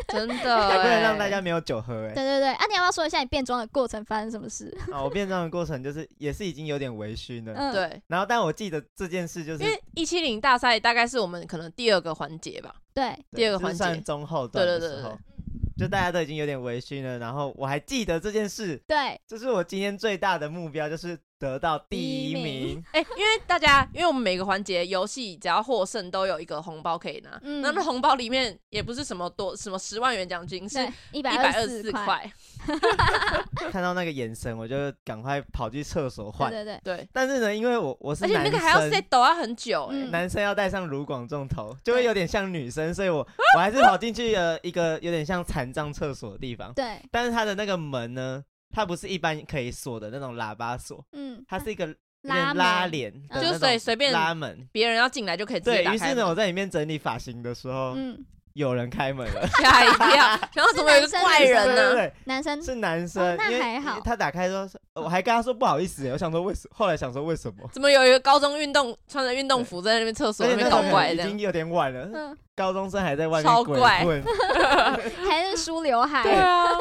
A: 真的、
C: 不能让
A: 哎
C: 大家没有酒喝哎
B: 对。对对，啊，你要不要说一下你变装的过程发生什么事？
C: 啊，我变装的过程就是也是已经有点微醺了，
B: 嗯，，
A: 对。
C: 然后但我记得这件事就是
A: 因为一七零大赛大概是我们可能第二个环节吧，
B: 对，
A: 第二个
C: 就是
A: 环节
C: 算中后段
A: 对
C: 的
A: 对对对
C: 时
A: 嗯
C: 候，就大家都已经有点微醺了，然后我还记得这件事，
B: 对，
C: 这是我今天最大的目标，就是得到
B: 第
C: 第
B: 一
C: 一
B: 名
C: 名。
A: 哎、因为大家，因为我们每个环节游戏只要获胜都有一个红包可以拿，
B: 嗯
A: 那那红包里面也不是什么多什么十万元奖金，是
B: 对
A: 一，
B: 一百
A: 百二十
B: 四
A: 四，块，
C: 看到那个眼神，我就赶快跑去厕所
B: 对
C: 换。
B: 对对，
A: 对，
C: 但是呢，因为我我是
A: 而且
C: 男
A: 那
C: 生，
A: 个还要 set 抖要很久哎、
B: 嗯
C: 男生要戴上乳广重头，就会有点像女生，所以我我还是跑进去呃一个有点像残障厕所的地方。
B: 对，
C: 但是它的那个门呢，它不是一般可以锁的那种喇叭锁，
B: 嗯，
C: 它是一个有
B: 拉
C: 点拉
B: 门，
C: 帘的
A: 就
C: 那
A: 随
C: 种
A: 随便
C: 拉门。
A: 别人要进来就可以直接
C: 对
A: 打
C: 于
A: 开
C: 是呢，
A: 门，
C: 我在里面整理发型的时候，
B: 嗯，
C: 有人开门 了。
A: 吓一 跳，然后怎么有一个
B: 是男生
A: 怪
B: 女生
C: 对
A: 人啊
C: 对
A: 呢、
C: 对，
B: 男生
C: 是男生，
B: 哦那
C: 因为
B: 还
C: 因为
B: 好
C: 他打开说，我还跟他说不好意思，我想说为什，后来想说为什么？
A: 怎么有一个高中运动穿着运动服在那边厕所
C: 所以
A: 那
C: 那
A: 边
C: 时候
A: 搞
C: 可能
A: 怪
C: 已
A: 这
C: 经
A: 样？
C: 有点晚了，
B: 嗯，
C: 高中生还在外
A: 超
C: 面鬼
A: 怪
C: 混，
B: 还是梳刘海，
A: 对啊，
B: 哎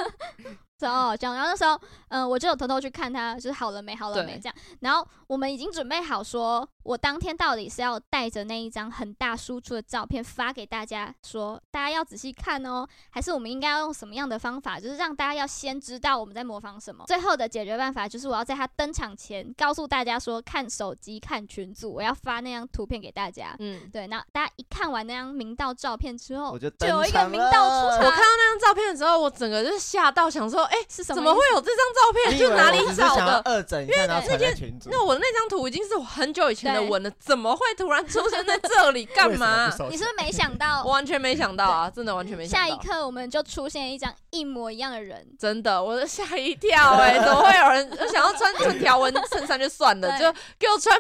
B: 超好笑。然后那时候，呃嗯、我就有偷偷去看他，就是好了没，好了没
A: 对
B: 这样。然后我们已经准备好说，我当天到底是要带着那一张很大输出的照片发给大家说，大家要仔细看哦，还是我们应该要用什么样的方法，就是让大家要先知道我们在模仿什么？最后的解决办法就是我要在他登场前告诉大家说，看手机、看群组，我要发那张图片给大家。
A: 嗯，
B: 对，然后大家一看完那张明道照片之后，
C: 我就
B: 就有一个
C: 登场
B: 明道
C: 了
B: 出
A: 我
B: 场
A: 看到，那张照片的时候，我整个就是吓到，想说，哎、
B: 是什
A: 怎
B: 么意思？
A: 么会有这张照片？
C: 你以
A: 就
C: 为
A: 哪
C: 我只
A: 里
C: 是
A: 找
C: 想要
A: 的？
C: 二整一下，然后
B: 对
C: 传在群组。
A: 那我那张图已经是我很久以前的
B: 对
A: 文了，怎么会突然出现在这 里？干
C: 为什么
A: 嘛
C: 不？收
B: 你
C: 钱
B: 是不是没 想到
A: 我？完全没想到啊，真的完全没
B: 下
A: 想
B: 一
A: 到。
B: 刻我们就出现一张一模一样的人，
A: 真的，我都吓一跳哎、 怎么会有人想要穿穿条纹衬衫就算了，
B: 对
A: 就给我穿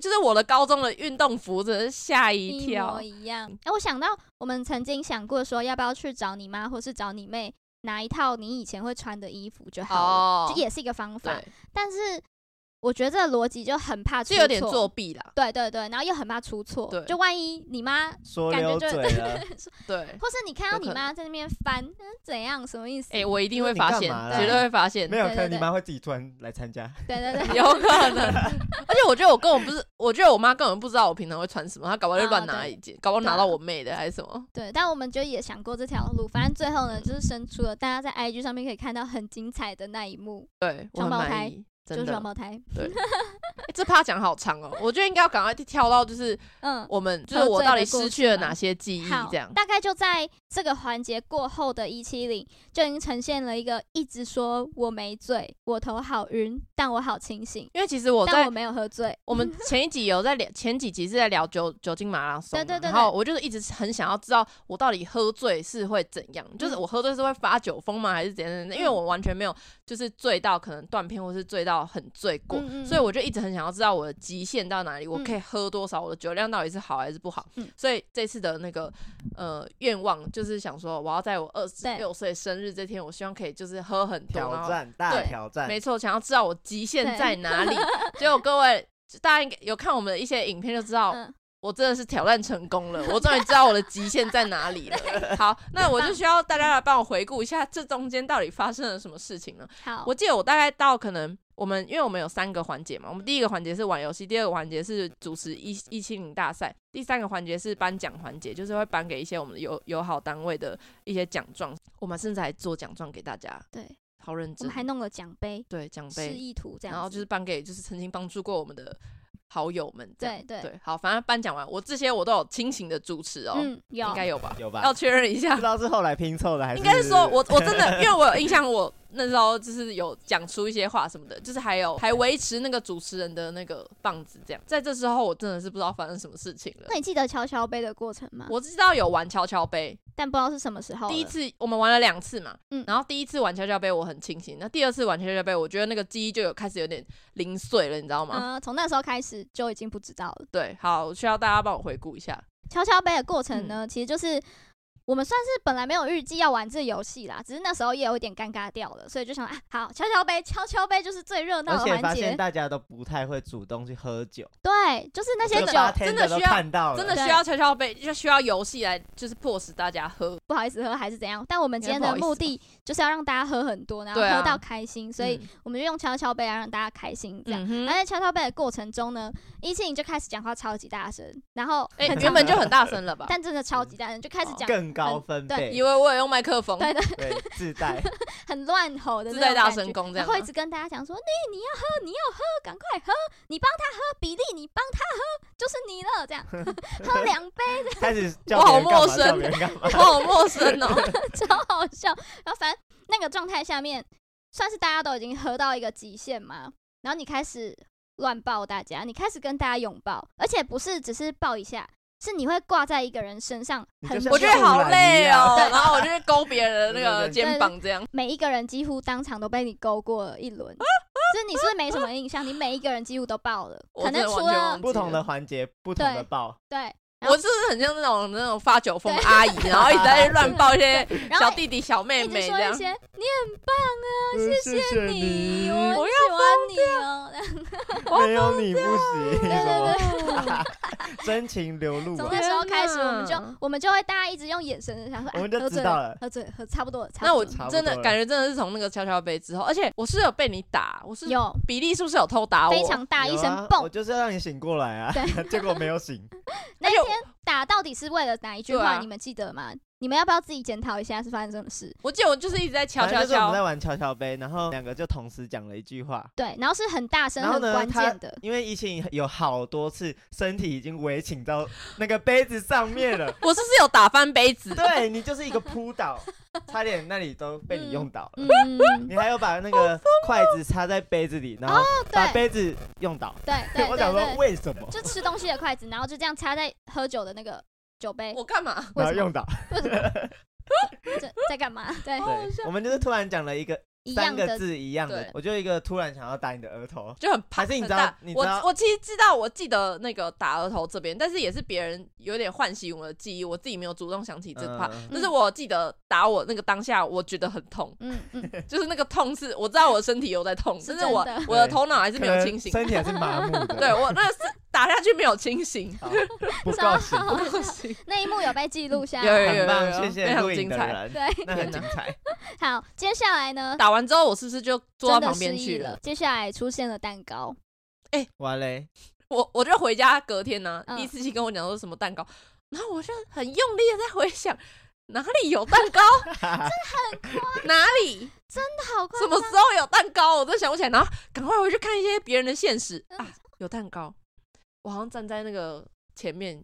A: 就是我的高中的运动服，真的是吓一嗯
B: 一
A: 跳
B: 模。一样。哎、我想到我们曾经想过说，要不要去找你妈或是找你妹拿一套你以前会穿的衣服就好了，
A: 哦
B: 这，也是一个方法
A: 对。，
B: 但是我觉得这个逻辑就很怕出
A: 就
B: 错，
A: 有点作弊啦。
B: 对对对，然后又很怕出错，
A: 对
B: 就万一你妈，或
C: 说
B: 感觉
C: 溜
B: 就
C: 嘴啊了，
A: 对，
B: 是你看到
A: 有可
B: 你妈在那边翻，嗯，怎样，什么意思？
A: 哎、我一定
C: 就是
A: 会
C: 你
A: 发
C: 干
A: 现，
C: 嘛
B: 啦
A: 绝对会发现
C: 没。有，
B: 对
C: 可
B: 对
C: 能你
B: 对
C: 妈会自己突然来参加。
B: 对对 对，
A: 有可能，而且我觉得我根本不是，我觉得我妈根本不知道我平常会穿什么，她搞不好就乱
B: 哦
A: 拿
B: 对
A: 一件，搞不好拿
B: 对
A: 到
B: 啊
A: 我妹的还是什么。
B: 对，但我们就也想过这条路，反正最后呢，就是生出了大家在 IG 上面可以看到很精彩的那一幕，
A: 对，我
B: 双
A: 很
B: 胞
A: 满
B: 胎
A: 意，
B: 就
A: 真
B: 是
A: 的
B: 双。胞胎。
A: 欸这趴讲好长哦，我觉得应该要赶快跳到就是
B: 嗯，
A: 我们就是我到底失去了哪些记忆
B: 好
A: 这样，。
B: 大概就在这个环节过后的一七零，就已经呈现了一个一直说我没醉，我头好晕，但我好清醒，
A: 因为其实我
B: 但
A: 在
B: 我没有喝醉。
A: 我 们前一集有在聊，前几集是在聊酒酒精马拉松嘛，
B: 对对对
A: 然后我就是一直很想要知道我到底喝醉是会怎样，
B: 嗯
A: 就是我喝醉是会发酒疯吗，还是怎样怎样？因为我完全没有就是醉到可能断片，或是醉到很醉过，
B: 嗯嗯
A: 所以我就一直很想要知道我的极限到哪里，我
B: 嗯
A: 可以喝多少，我的酒量到底是好还是不好。
B: 嗯
A: 所以这次的那个呃愿望就是想说，我要在我二十
B: 对
A: 六岁生日这天，我希望可以就是喝很多，然
C: 挑
A: 后
C: 战，大
B: 对
C: 挑战。
A: 哦没错，想要知道我极限
B: 对
A: 在哪 里。结果各位，大家应该有看我们的一些影片就知道，
B: 嗯
A: 我真的是挑战成功了，我终于知道我的极限在哪里 了。好，那我就需要大家来帮我回顾一下这中间到底发生了什么事情呢？
B: 好，
A: 我记得我大概到可能。我们因为我们有三个环节嘛，我们第一个环节是玩游戏，第二个环节是主持一一七零大赛，第三个环节是颁奖环节，就是会颁给一些我们的友友好单位的一些奖状，我们甚至还做奖状给大家，
B: 对，
A: 好认
B: 我
A: 真
B: 们，还弄了奖杯、
A: 对奖
B: 示
A: 杯，
B: 意图这样子，
A: 然后就是颁给就是曾经帮助过我们的好友们这样。
B: 对对
A: 对，好，反正颁奖完，我这些我都有清醒的主持哦，
B: 嗯，有
A: 应该有吧？
C: 有
A: 要
C: 吧？
A: 确认一
C: 不
A: 下
C: 知，道是后来拼凑的还是？
A: 应该是说我我真的，因为我有印象，我那时候就是有讲出一些话什么的，就是还有还维持那个主持人的那个棒子这样。在这时候，我真的是不知道发生什么事情了
B: 那。你记得敲敲杯的过程吗？
A: 我知道有玩跷跷杯，
B: 但不知道是什么时候了。
A: 第一次我们玩了两次嘛，
B: 哦嗯
A: 然后第一次玩跷跷杯我很清醒，那第二次玩跷跷杯，我觉得那个记忆就有开始有点零碎了，你知道吗？
B: 呃，从那时候开始就已经不知道了。
A: 对，好，我需要大家帮我回顾一下。
B: 跷跷杯的过程呢，其实就是我们算是本来没有预计要玩这游戏啦，只是那时候也有一点尴尬掉了，所以就想啊，好，跷跷杯，跷跷杯就是最热
C: 而
B: 闹的
C: 且
B: 环
C: 发现
B: 节。
C: 大家都不太会主动去喝酒，
B: 对，就是那些
C: 这个
B: 酒，
C: bartender
A: 真的
C: 都
A: 需要
C: 看到了，
A: 真的
B: 对
A: 需要跷跷杯，就需要游戏来，就是迫使大家喝。
B: 不好意思喝还是怎样，但我们今天的目的就是要让大家喝很多，然后
A: 对啊
B: 喝到开心，所以我们就用跷跷杯啊来让大家开心这样。哎
A: 嗯哼，
B: 而在跷跷杯的过程中呢，一庆就开始讲话超级大声，然后
A: 哎、
B: 很
A: 原本就很大声了吧？
B: 但真的超级大声，就开始讲
C: 更高分
A: 以
C: 贝，
A: 为我有用麦克风，
B: 对
C: 对，自带。
B: 很乱吼的
A: 自
B: 那
A: 带
B: 种
A: 大
B: 感觉
A: 声公这样
B: 然后
A: 吗
B: 一。直跟大家讲说，你你要喝，你要喝，赶快喝，你帮他喝，比利你帮他喝，就是你 了，这样喝两杯
C: 开始叫
A: 我好
C: 别人干嘛
A: 陌生
C: 叫别人干嘛？
A: 我 好陌生哦，
B: 超好笑。然后反正那个状态下面，算是大家都已经喝到一个极限嘛，然后你开始乱抱大家，你开始跟大家拥抱，而且不是只是抱一下，是你会挂在一个人身上，
C: 你
B: 很
C: 就像
A: 我觉得好累哦。
B: 对
A: 然后我就勾别人的那个肩膀这样，
B: 每一个人几乎当场都被你勾过了 一轮。就是你是不是没什么印象？你每一个人几乎都抱了，
A: 我
B: 可能
A: 真的
B: 除
A: 完全
B: 了
A: 忘记
C: 不同的环节，不同的
B: 对
C: 爆，
B: 对，然后
A: 我就是很像那种那种发酒疯阿 姨，然后一直在乱抱一些
B: 然后
A: 小弟弟小妹
B: 一直
A: 妹
B: 说
A: 这
B: 一
A: 样。
B: 些你很棒啊，
C: 谢
B: 谢你，
A: 我
B: 我
A: 要
B: 要你哦。
C: 没有你不行，
B: 对对对，
C: 真情流露
B: 从
C: 啊
A: 天！
B: 那时候开始，我们
A: 哪
B: 就我们就会大家一直用眼神想说，
C: 嗯我
B: 哎
C: 们就
B: 喝
C: 知
B: 醉
C: 道
B: 了
C: 了，
B: 喝醉了，喝差不多了。差
A: 那
B: 不
A: 我
B: 多
C: 差不
A: 真的
C: 多了
A: 感觉真的是从那个跷跷杯之后，而且我是有被你打，我是
B: 有
A: 比利是不是有偷打我？
B: 非常大一
C: 有
B: 声
C: 啊我
B: 蹦，
C: 就是要让你醒过来啊！ 结果没有醒，
B: 那
A: 而且
B: 一天打到底是为了哪一句
A: 对
B: 话？
A: 啊
B: 你们记得吗？你们要不要自己检讨一下是发生什么事？
A: 我记得我就是一直在敲
C: 反正
A: 敲
C: 就是我们在
A: 敲，。
C: 玩跷跷杯，然后两个就同时讲了一句话。
B: 对，然后是很大声、
C: 然后
B: 很
C: 呢
B: 关
C: 他
B: 键 的，
C: 因为疫情有好多次，身体已经围请到那个杯子上面了
A: 我是不是有打翻杯子？
C: 对你就是一个扑倒，差点那里都被你用倒了。
B: 嗯，哦
C: 你还有把那个筷子插在杯子里，然后把
B: 对
C: 杯子用倒。
B: 对对
C: 我
B: 对
C: 想说
B: 对，
C: 为什么？
B: 就吃东西的筷子，然后就这样插在喝酒的那个酒杯，
A: 我干嘛？
B: 为
C: 然后
B: 什么？
C: 用倒。
B: 为什么？ 在在干嘛？对，
C: 对，我们就是突然讲了一个
B: 一
C: 三
B: 样
C: 个
B: 的，
C: 字一样的
A: 对，
C: 我就一个突然想要打你的额头，
A: 就很怕
C: 还是你
A: 很
C: 知道
A: 大
C: 你知
A: 我
C: 道
A: 我其实知道，我记得那个打额头这边，但是也是别人有点唤醒我的记忆，我自己没有主动想起这怕。
C: 嗯
A: 但是我记得打我那个当下，我觉得很 痛，
B: 嗯嗯，
A: 就是那个痛是我知道我的身体有在痛，
B: 是
A: 但是我
B: 真的
A: 我的头脑还是没有清醒
C: 可，能身体还是麻木 的，
A: 对，我那是打下去没有清醒，
C: 好不够 醒。
A: 不够醒。
B: 那一幕有被记录下
A: 有
B: 来。
A: 有
C: 很棒，
A: 有
C: 谢谢
A: 非常
C: 录影
A: 精
C: 的
A: 彩
C: 人，
B: 对，
C: 那
A: 天
C: 很
A: 哪
C: 精彩。
B: 好，接下来呢，
A: 打完之后，我是不是就坐到
B: 真的
A: 旁
B: 失
A: 边
B: 忆
A: 去
B: 了？。接下来出现了蛋糕，
C: 完嘞，
A: 我我就回家隔天呢、
B: 嗯
A: 第一次去跟我讲说什么蛋糕，然后我就很用力的在回想哪里有蛋 糕，哪里
B: 好快
A: 什么时候有蛋糕，我都想不起来，然后赶快回去看一些别人的现实
B: 嗯
A: 啊，有蛋糕，我好像站在那个前面，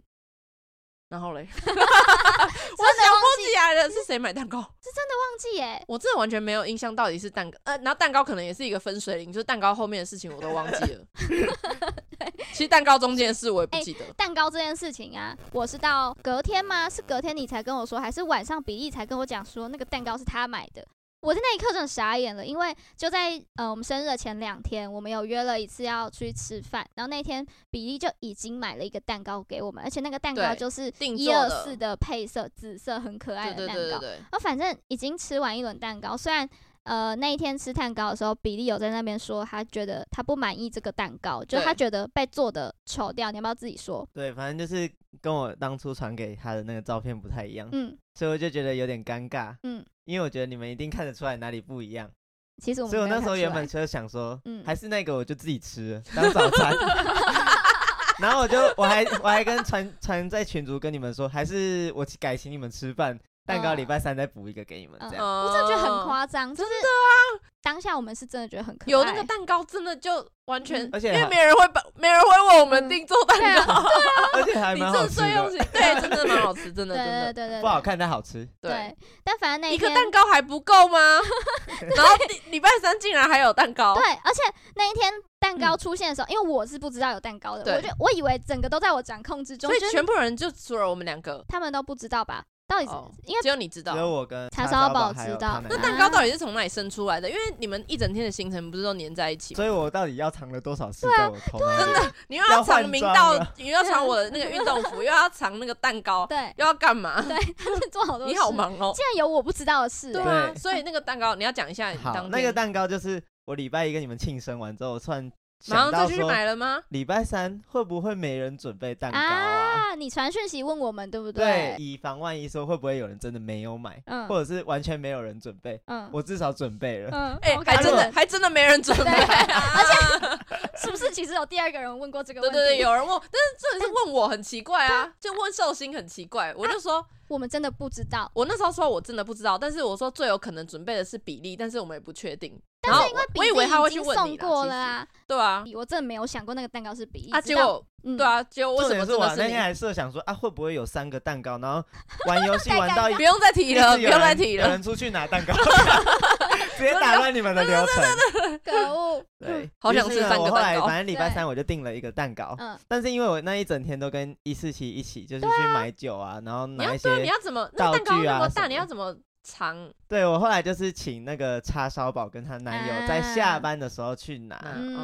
A: 然后嘞， 我想不起来了是谁买蛋糕，
B: 忘记耶？
A: 我真的完全没有印象到底是蛋糕，呃，然后蛋糕可能也是一个分水岭，就是蛋糕后面的事情我都忘记 了，其实蛋糕中间的事我也
B: 哎
A: 不记得。
B: 蛋糕这件事情啊，我是到隔天吗？是隔天你才跟我说，还是晚上比利才跟我讲说那个蛋糕是他买的？我在那一刻真的傻眼了，因为就在呃我们生日的前两天，我们有约了一次要出去吃饭，然后那天比利就已经买了一个蛋糕给我们，而且那个蛋糕
A: 对
B: 就是
A: 定
B: 一
A: 做
B: 二
A: 的
B: 四的配色，紫色很可爱
A: 对对
B: 的蛋
A: 对对
B: 糕。
A: 对，
B: 那哦反正已经吃完一轮蛋糕，虽然呃那一天吃蛋糕的时候，比利有在那边说他觉得他不满意这个蛋糕，就
A: 对
B: 他觉得被做的丑掉，你要不要自己说？
C: 对，反正就是跟我当初传给他的那个照片不太一样，
B: 嗯
C: 所以我就觉得有点尴尬。
B: 嗯，
C: 因为我觉得你们一定看得出来哪里不一样，
B: 其实我们
C: 所以我
B: 没有
C: 那时候
B: 看
C: 原
B: 出
C: 本
B: 来
C: 就想说，
B: 嗯
C: 还是那个我就自己吃了当早餐。 然后我就我还我还跟传传在群组跟你们说，还是我改请你们吃饭，蛋糕礼拜三再补一个给你们这样。
A: 我
B: 我真的觉得很夸张，就是
A: 嗯
B: 哎
A: 真的
B: 当下我们是真的觉得很可爱，
A: 哦有那个蛋糕，真的就完全
B: 嗯，
C: 而
A: 因
C: 且
A: 为
C: 还
A: 没人会把，没人会问我们
B: 嗯
A: 定做蛋糕，
C: 而且还
A: 你
C: 蛮
A: 真
C: 好
A: 的
C: 吃
A: 最用
C: 的，
A: 心，对，真的蛮好吃，真的
B: 对
A: 真
B: 对对
A: 的，
B: 对对
C: 不好看但好吃。
A: 对，
B: 对，但反正那
A: 一个
B: 天
A: 蛋糕还不够 吗？然后第礼拜三竟然还有蛋糕，
B: 对，而且那一天蛋糕出现的时候，因为我是不知道有蛋糕的，
A: 嗯对
B: 我就我以为整个都在我掌控之中，
A: 所以
B: 就是
A: 全部人就除了我们两个，
B: 他们都不知道吧？到底是
A: 哦
B: 因为
A: 只有你知
C: 只有
A: 道。
C: 我跟
B: 叉烧
C: 烧
B: 堡
C: 还
B: 知
C: 有
B: 道
C: 他们
B: 那
C: 俩
A: 蛋糕到底是从哪里生出来的？因为你们一整天的行程不是都粘在一起吗？
C: 所以我到底要藏了多少事在我头脑里？
A: 啊真的，你又
C: 要换
A: 藏明
C: 装
A: 道
C: 了，
A: 你又要藏我的那个运动服， 又要藏那个蛋糕，
B: 对
A: 又要干嘛？
B: 对，他们做好多
A: 你好
B: 事
A: 忙哦。
B: 竟然有我不知道的事、
A: 对
B: 欸，
A: 啊，
C: 对
A: 所以那个蛋糕你要讲一下你
C: 好，
A: 当
C: 那个
A: 天
C: 蛋糕就是我礼拜一跟你们庆生完之后，我突然
A: 马
C: 想
A: 上
C: 到
A: 就去
C: 说，
A: 买了吗？
C: 礼拜三会不会没人准备蛋糕啊？
B: 啊！你传讯息问我们对不
C: 对
B: 对，？
C: 以防万一，说会不会有人真的没有买，
B: 嗯
C: 或者是完全没有人准备，
B: 嗯
C: 我至少准备了。
B: 嗯，
A: 哎、
B: 我
A: 还
B: 感
A: 真
B: 觉
A: 的还真的没人准备、啊，
B: 是不是其实有第二个人问过这个
A: 对
B: 问
A: 对
B: 题？哎
A: 对，有人问我，但是这里是问我很奇怪啊，就问寿星很奇怪，我
B: 啊
A: 就说，
B: 我们真的不知道。
A: 我那时候说我真的不知道，但是我说最有可能准备的是比利，但是我们也不确定。
B: 但
A: 然
B: 是
A: 后
B: 因为
A: 我我以为他会去
B: 比利已经
A: 问
B: 送
A: 你
B: 过了
A: 啦，
B: 啊，
A: 其实对啊，
B: 我真的没有想过那个蛋糕是比利
A: 啊，
B: 直
A: 结
B: 到
A: 果
B: 嗯
A: 对，啊，结果为
C: 重
A: 什
C: 点
A: 么
C: 是
A: 真
C: 我
A: 的
C: 那
A: 是你
C: 天？还设想说啊，会不会有三个蛋糕，然后玩游戏
B: 太
C: 玩到
B: 尴
C: 一
A: 不用再提 了，
C: 直
A: 不
C: 有
A: 用再
C: 人
A: 提
C: 有
A: 了
C: 人，出去拿蛋糕，直接打乱你们的流程。
B: 可恶，
C: 对，
A: 好
C: 于
A: 想
C: 是
A: 吃
C: 呢
A: 三个
C: 我后
A: 蛋
C: 来
A: 糕
C: 反正礼拜
B: 对
C: 三我就订了一个蛋糕，
B: 嗯，
C: 但是因为我那一整天都跟一四七一起，就是去买酒啊，然后
A: 你
C: 拿
A: 要
C: 一
A: 对啊，
C: 些
A: 你要怎么那个蛋
C: 道
A: 糕
C: 具啊
A: 那么
C: 什
A: 大，
C: 么
A: 你要怎么藏？
C: 对我后来就是请那个叉烧堡跟她男友在下班的时候去拿，
A: 啊
B: 嗯，
C: 哦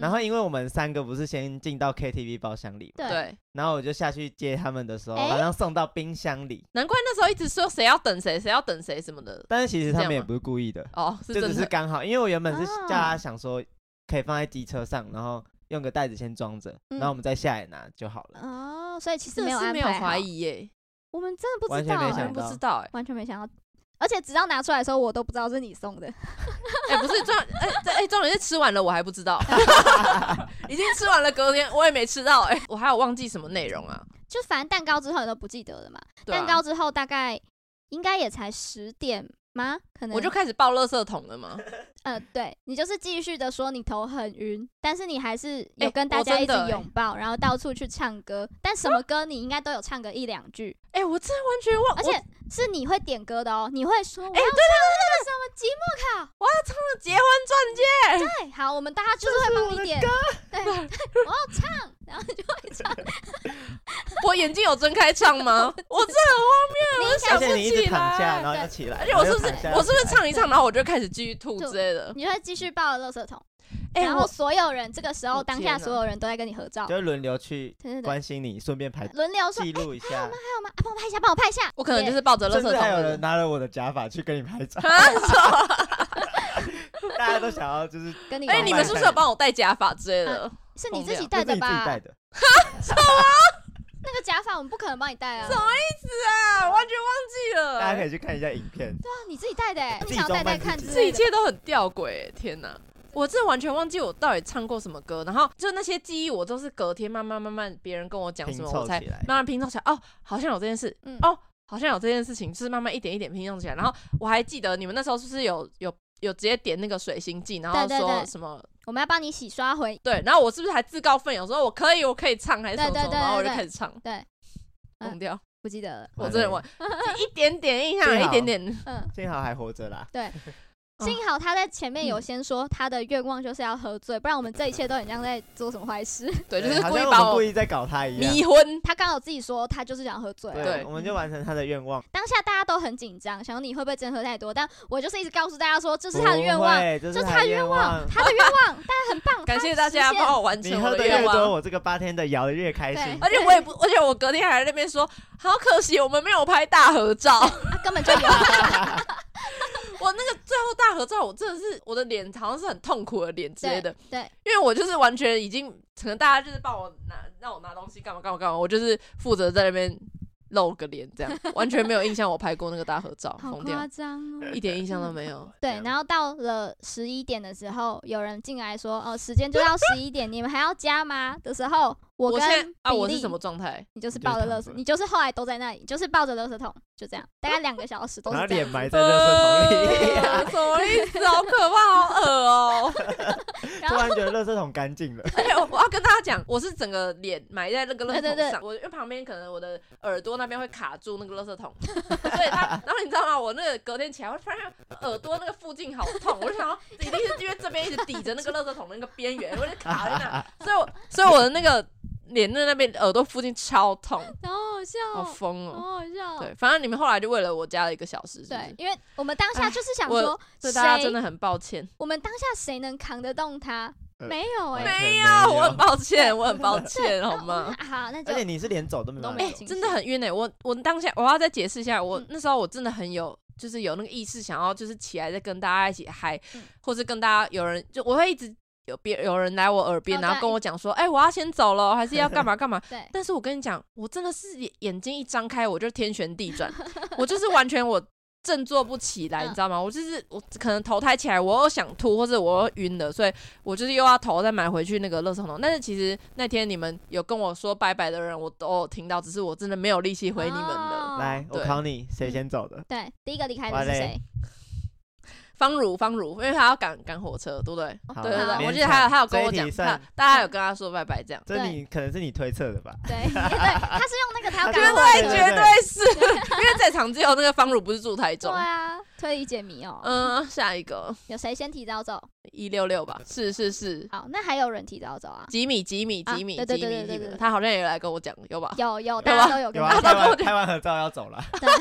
C: 然后因为我们三个不是先进到 KTV 包厢里
B: 对
C: 嘛，
A: 对，
C: 然后我就下去接他们的时候，
B: 哎
C: 把他们送到冰箱里，
A: 难怪那时候一直说谁要等谁，谁要等谁什么的。
C: 但是其实他们
A: 这样
C: 也
A: 吗
C: 不是故意的，
A: 哦，是
C: 就
A: 真
C: 只是
A: 的。啊
C: 刚好，因为我原本是
B: 哦
C: 叫他想说可以放在机车上，然后用个袋子先装着，
B: 嗯
C: 然后我们再下来拿就好了。
A: 啊
B: 哦，所以其实
A: 真的
B: 有
A: 是
B: 安
A: 没有
B: 排好
A: 怀，疑耶，
B: 我们真的不
C: 完
B: 知
C: 全
B: 道、
C: 没
B: 欸，
C: 想
A: 不
C: 到
A: 知道哎，
B: 完全没想到。而且直到拿出来的时候，我都不知道是你送的。
A: 哎、不是重，哎、这哎、重点是吃完了我还不知 道，已经吃完了，隔天我也没吃到、哎，我还有忘记什么内容啊？
B: 就反正蛋糕之后你都不记得了嘛。
A: 对啊
B: 蛋糕之后大概应该也才十点吗？可能
A: 我就开始抱垃圾桶了嘛。
B: 呃，对你就是继续的说你头很晕，但是你还是
A: 哎
B: 有跟大
A: 我
B: 家
A: 真
B: 一起
A: 的哎
B: 拥抱，然后到处去唱歌。但什么歌你应该都有唱个一两句，
A: 哎、我真的完全忘，
B: 而且
A: 我
B: 是你会点歌的哦，你会说我要
A: 对
B: 唱
A: 对
B: 那个什么吉姆
A: 我结婚钻戒，
B: 对，好，我们大家就是会帮你点，对，对我要唱，然后你就会唱。
A: 我眼睛有睁开唱 吗？我真
B: 你
A: 的
C: 而
A: 想不
C: 且你一直
A: 起
C: 躺下，然
A: 来。
C: 后又起来，
A: 而且我是
C: 然后
A: 不
C: 又
A: 是
C: 躺下
A: 我是不是
C: 又起来
A: 唱一唱，然后我就开始继续吐之类的？
B: 你就会继续抱着垃圾桶，
A: 哎、
B: 然后
A: 我
B: 所有人这个时候
A: 我
B: 当
A: 天啊
B: 下
A: 哪
B: 所有人都在跟你合照，
C: 就会轮流去
B: 对对对，
C: 关心你，顺便
A: 呃
C: 拍
B: 轮流说
C: 记录一
A: 哎
C: 下。
B: 还有吗？啊帮我拍一下，帮我拍一下。
A: 我可能就
B: 耶
A: 是抱着垃圾
C: 甚
A: 桶
C: 至还有
A: 的
C: 人。拿了我的假发去跟你拍照，
A: 啊！什么
C: 大家都想要就是
B: 跟你
A: 哎、
B: 玩
A: 你们
B: 玩
A: 是不是有帮我戴假发之类的？
B: 是你自
A: 疯
B: 己
A: 掉
C: 这
B: 戴
C: 是
B: 的
C: 你自己戴
B: 吧？
C: 的，
B: 那个假发我们不可能帮你戴啊，
A: 什么意思啊？完全忘记了。
C: 大家可以去看一下影 片。
B: 啊你自己戴的欸，
C: 自
B: 你
C: 己
B: 想要戴
C: 装扮
B: 戴看
C: 自己
B: 之
A: 这一
B: 类的。
A: 切都很吊诡、欸天哪！我真的完全忘记我到底唱过什么歌，然后就那些记忆，我都是隔天慢慢慢慢别人跟我讲
C: 拼
A: 什么，
C: 凑
A: 我才
C: 起来，
A: 慢慢拼凑起来。哦，好像有这件事，
B: 嗯
A: 哦，好像有这件事情，就是慢慢一点一点拼凑起来。然后我还记得你们那时候是不是有有有直接点那个水星记，然后
B: 对对
A: 说
B: 对
A: 什么
B: 我们要帮你洗刷回，
A: 对然后我是不是还自告奋勇说我可以，我可以唱还是什么
B: 对
A: 什
B: 对
A: 么，
B: 对
A: 然后我就
B: 对
A: 开始唱，
B: 对，嗯
A: 疯掉，
B: 不记得了。
A: 我
C: 完
A: 真的
C: 了
A: 忘一点点印象，
C: 幸
A: 一
C: 好
A: 点点，
B: 嗯，
C: 幸好还活着啦。
A: 哦
B: 幸好他在前面有先说他的愿望就是要喝醉，不然我们这一切都很像在做什么坏事。
A: 对， 就
C: 对
A: 是
C: 好
A: 故意
C: 像我
A: 把
C: 们故
A: 我
C: 意在搞他一样。
A: 迷昏，
B: 他刚好自己说他就是想喝醉啊，
A: 对嗯
C: 我们就完成他的愿望。
B: 当下大家都很紧张，想说你会不会真喝太多，但我就是一直告诉大家说这
C: 这
B: 是他的愿望，，
C: 这
B: 这
C: 是
B: 是
C: 他
B: 他
C: 的
B: 的愿
C: 愿
B: 望
C: 望。，
B: 他的愿望，大家很 棒，
A: 感谢
B: 他
A: 大
B: 实
A: 家
B: 现
A: 帮我完
C: 你
A: 成我
C: 喝
A: 的
C: 的
A: 愿
C: 越多，
A: 望。
C: 我这个八天的摇的越开心。
A: 而且我也不，而且我隔天还在那边说，好可惜，我们没有拍大合 照。
B: 他啊根本就有。
A: 我那个最后大合照，我真的是我的脸好像是很痛苦的脸之类
B: 对
A: 的，
B: 对，
A: 因为我就是完全已经，可能大家就是帮我拿，让我拿东西干嘛干嘛干嘛，我就是负责在那边露个脸，这 样完全没有印象我拍过那个大合照，
B: 好
A: 疯掉
B: 夸，张哦。
A: 一点印象都没有。
B: 对，然后到了十一点的时候，有人进来说：“哦，时间就到十一点，你们还要加吗？”的时候，我
A: 我
B: 跟
A: 现在啊，
B: 比
A: 我是
B: 利
A: 什么状态？
B: 你就是
C: 你就是
B: 抱着
C: 躺
B: 垃圾，
C: 着
B: 你就是后来都在那里，你就是抱着垃圾桶，就这样，大概两个小时都
C: 然后
B: 是这
C: 脸
B: 样子。
C: 埋 在垃圾桶里，
A: 呃 什么意思？好可怕，好恶哦、
B: 然
C: 突
B: 后
C: 然觉得垃圾桶干净了。
A: 而且哎我我要跟大家讲，我是整个脸埋在那个垃圾桶上，
B: 对对对
A: 我因为旁边可能我的耳朵那边会卡住那个垃圾桶， 所以它，然后你知道吗？我那个隔天起来，我突然耳朵那个附近好痛，我就想要一定是因为这边一直抵着那个垃圾桶那个边缘，我就卡在那，所以我所以我的那个脸的那边耳朵附近超痛，
B: 然后好笑
A: 好
B: 哦，
A: 疯哦。
B: 好好笑哦。
A: 对，反正你们后来就为了我加了一个小时，是不
B: 对
A: 是，？
B: 因为我们当下就是想
A: 我
B: 说，
A: 所以大家真
B: 谁
A: 的很抱歉，
B: 我们当下谁能扛得动他？
C: 呃
B: 没有
C: 完
B: 哎，
C: 全
A: 哦没有，
C: 没
A: 我 很抱歉，我很抱歉，好吗？
B: 啊好，那就
C: 而且你是连走都没
B: 都
C: 办
B: 没
C: 法
A: 哎、
C: 走，
B: 情
A: 真
B: 绪
A: 的很晕哎、我我当下我要再解释一下，我、
B: 嗯
A: 那时候我真的很有，就是有那个意识，想要就是起来再跟大家一起嗨，
B: 嗯
A: 或是跟大家有人就我会一直有别有人来我耳边，
B: 哦
A: 然后
B: 对
A: 跟我讲说，哎、我要先走了，还是要 干嘛干嘛。
B: 对，
A: 但是我跟你讲，我真的是眼眼睛一张开，我就天旋地 转，我就是完全我振作不起来，你
B: 嗯
A: 知道吗？我就是我可能头抬起来，我又想吐，或者我又晕了，所以我就是又要头再埋回去那个垃圾桶。但是其实那天你们有跟我说拜拜的人，我都有听到，只是我真的没有力气回你们了。
B: 哦
C: 来，我
A: 对嗯
C: 考你，谁先走的？
B: 对，第一个离开的
C: 完
B: 是
C: 嘞
B: 谁？
A: 方如，方如，因为他要赶赶火车，对不对？
B: 哦
C: 好
A: 对对
B: 好
A: 对，我
C: 勉
A: 记得他有
C: 强
A: 他有跟
C: 这
A: 我
C: 一
A: 讲，
C: 题
A: 他
C: 算
A: 大家有跟他说拜拜这样。
C: 这你可能是你推测的吧？
B: 对，也 对，他是用那个他
C: 他
B: 刚
C: 就
B: 刚
C: 是
B: 火
A: 对，
B: 车
A: 绝
C: 对
A: 对是，因为在场只有那个方如不是住台
B: 对
A: 中。
B: 啊，推理解谜哦。
A: 嗯，下一个。
B: 有谁先提早走？
A: 一六六吧，是是是，
B: 好，那还有人提早走啊？
A: 吉米吉米
B: 啊
A: 吉米
B: 对对
A: 吉
B: 对
A: 米
B: 对
A: 吉
B: 对
A: 米，
B: 对
A: 他好像也来跟我讲，有吧？
B: 有有，
A: 有
B: 大家
A: 吧
B: 都有跟
C: 哦有
B: 我
C: 啊，
B: 讲
A: 他跟我
C: 拍完
A: 讲
C: 拍完合照要走了，
B: 知道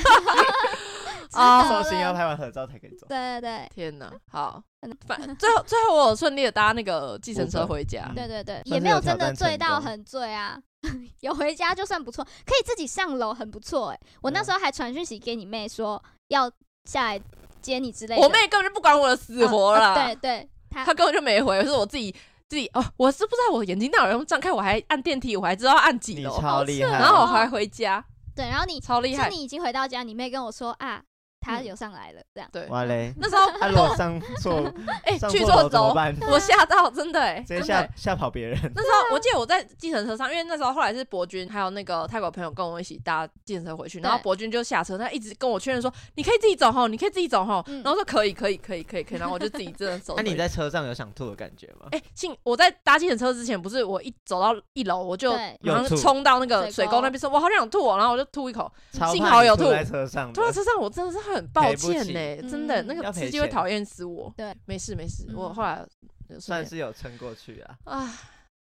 C: 哦寿星
B: 了
C: 要拍完合照才可以走。
B: 对对对
A: 天哪，好
B: 嗯，
A: 反最后最后我有顺利的搭那个计程车回家
C: 嗯，
B: 对对对，
C: 是
B: 也没有
C: 有挑
B: 真的
C: 战
B: 醉
C: 成
B: 到
C: 功
B: 很醉啊， 有回家就算不错，可以自己上楼，很不错哎、我那
C: 对
B: 时候还传讯息给你妹说要下来接你之类的，
A: 我妹根本就不管我的死活
B: 嗯
A: 啦，
B: 对对，他
A: 他根本就没回，是我自己自己哦，我是不知道我眼睛到底有没有张开，我还按电梯，我还知道按几
C: 你
A: 楼，
C: 超厉害，
A: 然后我还回家，
B: 对，然后你
A: 超厉
B: 哦是
A: 害。
B: 你已经回到家，你妹跟我说啊，他
A: 嗯
B: 有上来了，这样
A: 对，
C: 哇嘞，
A: 那时 候
C: 他如果上错，
A: 哎、
C: 上
A: 去
C: 错
A: 坐
C: 楼怎么
A: 走，
C: 办？
A: 我吓到，真的哎、
C: 直
A: 真
C: 接
A: 的
C: 吓
A: 欸。
C: 吓跑别人。
A: 那时
B: 啊
A: 候我记得我在计程车上，因为那时候后来是博君还有那个泰国朋友跟我一起搭计程车回去，然后
B: 对
A: 博君就下车，他一直跟我确认说你可以自己走吼，你可以自己走吼，
B: 嗯
A: 然后说可以可以可以可以可以，然后我就自己真的走。
C: 那你在车上有想吐的感觉吗？
A: 哎、幸我在搭计程车之前，不是我一走到一楼我就
B: 对
A: 马上
C: 有吐
A: 冲到那个水
B: 水沟
A: 沟那边说，我好想吐哦，然后我就吐一口，
C: 超怕
A: 幸好
C: 你
A: 有
C: 吐
A: 吐
C: 在车上的，
A: 吐到车上，我真的是很抱歉呢、
C: 嗯赔
A: 真的、
B: 嗯
A: 那
C: 要
A: 个
C: 赔
A: 司机会
C: 钱
A: 讨厌死我。
B: 对，
A: 没事没事，
B: 嗯
A: 我后来有
C: 算
A: 顺
C: 是有撑过去啊。
A: 便啊。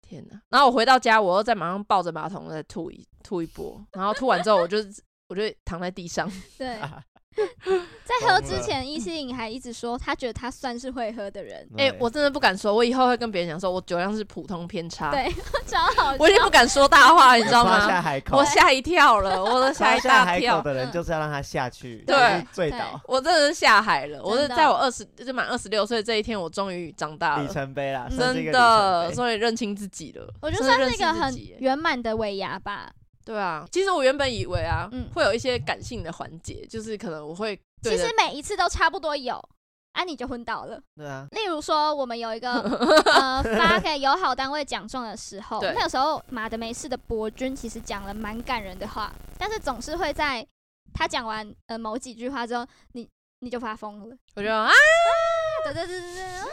A: 天哪！然后我回到家，我又再马上抱着马桶再吐一吐一波，然后吐完之后，我就我就躺在地上。
B: 对。
C: 啊
B: 在喝
C: 疯
B: 之
C: 了
B: 前，伊希颖还一直说他觉得他算是会喝的人，
A: 哎、
C: 对
A: 我真的不敢说，我以后会跟别人讲说我酒量是普通偏差，
B: 对，超好笑。
A: 我已经不敢说大话，你知道
C: 有夸
A: 吗？
C: 下海口，
A: 我吓一跳了，我都吓
C: 夸
A: 一
C: 下
A: 大
C: 海
A: 跳
C: 口。的人
B: 嗯
C: 就是要让他下去，
A: 对
C: 就是醉倒
A: 我真的是下海了，我是
B: 真的
A: 在我二十就满二十六岁这一天，我终于长大
C: 里
A: 了，
C: 程碑啦，
B: 嗯
C: 算是一
A: 真
C: 个
A: 的，
C: 里程
A: 所以认清自己了。
B: 我觉得
A: 真的
B: 算是一个
A: 认清自
B: 很
A: 己耶
B: 圆满的尾牙吧。
A: 对啊。其实我原本以为啊，
B: 嗯
A: 会有一些感性的环节，就是可能我会对
B: 其
A: 着
B: 实每一次都差不多有，啊，你就昏倒了。
C: 碑。对啊，
B: 例如说，我们有一个 呃发给友好单位奖状的时候，
A: 对
B: 那个时候马德梅市的伯君其实讲了蛮感人的话，但是总是会在他讲完呃某几句话之后，你你就发 疯了，
A: 我就啊，
B: 对对对对对，啊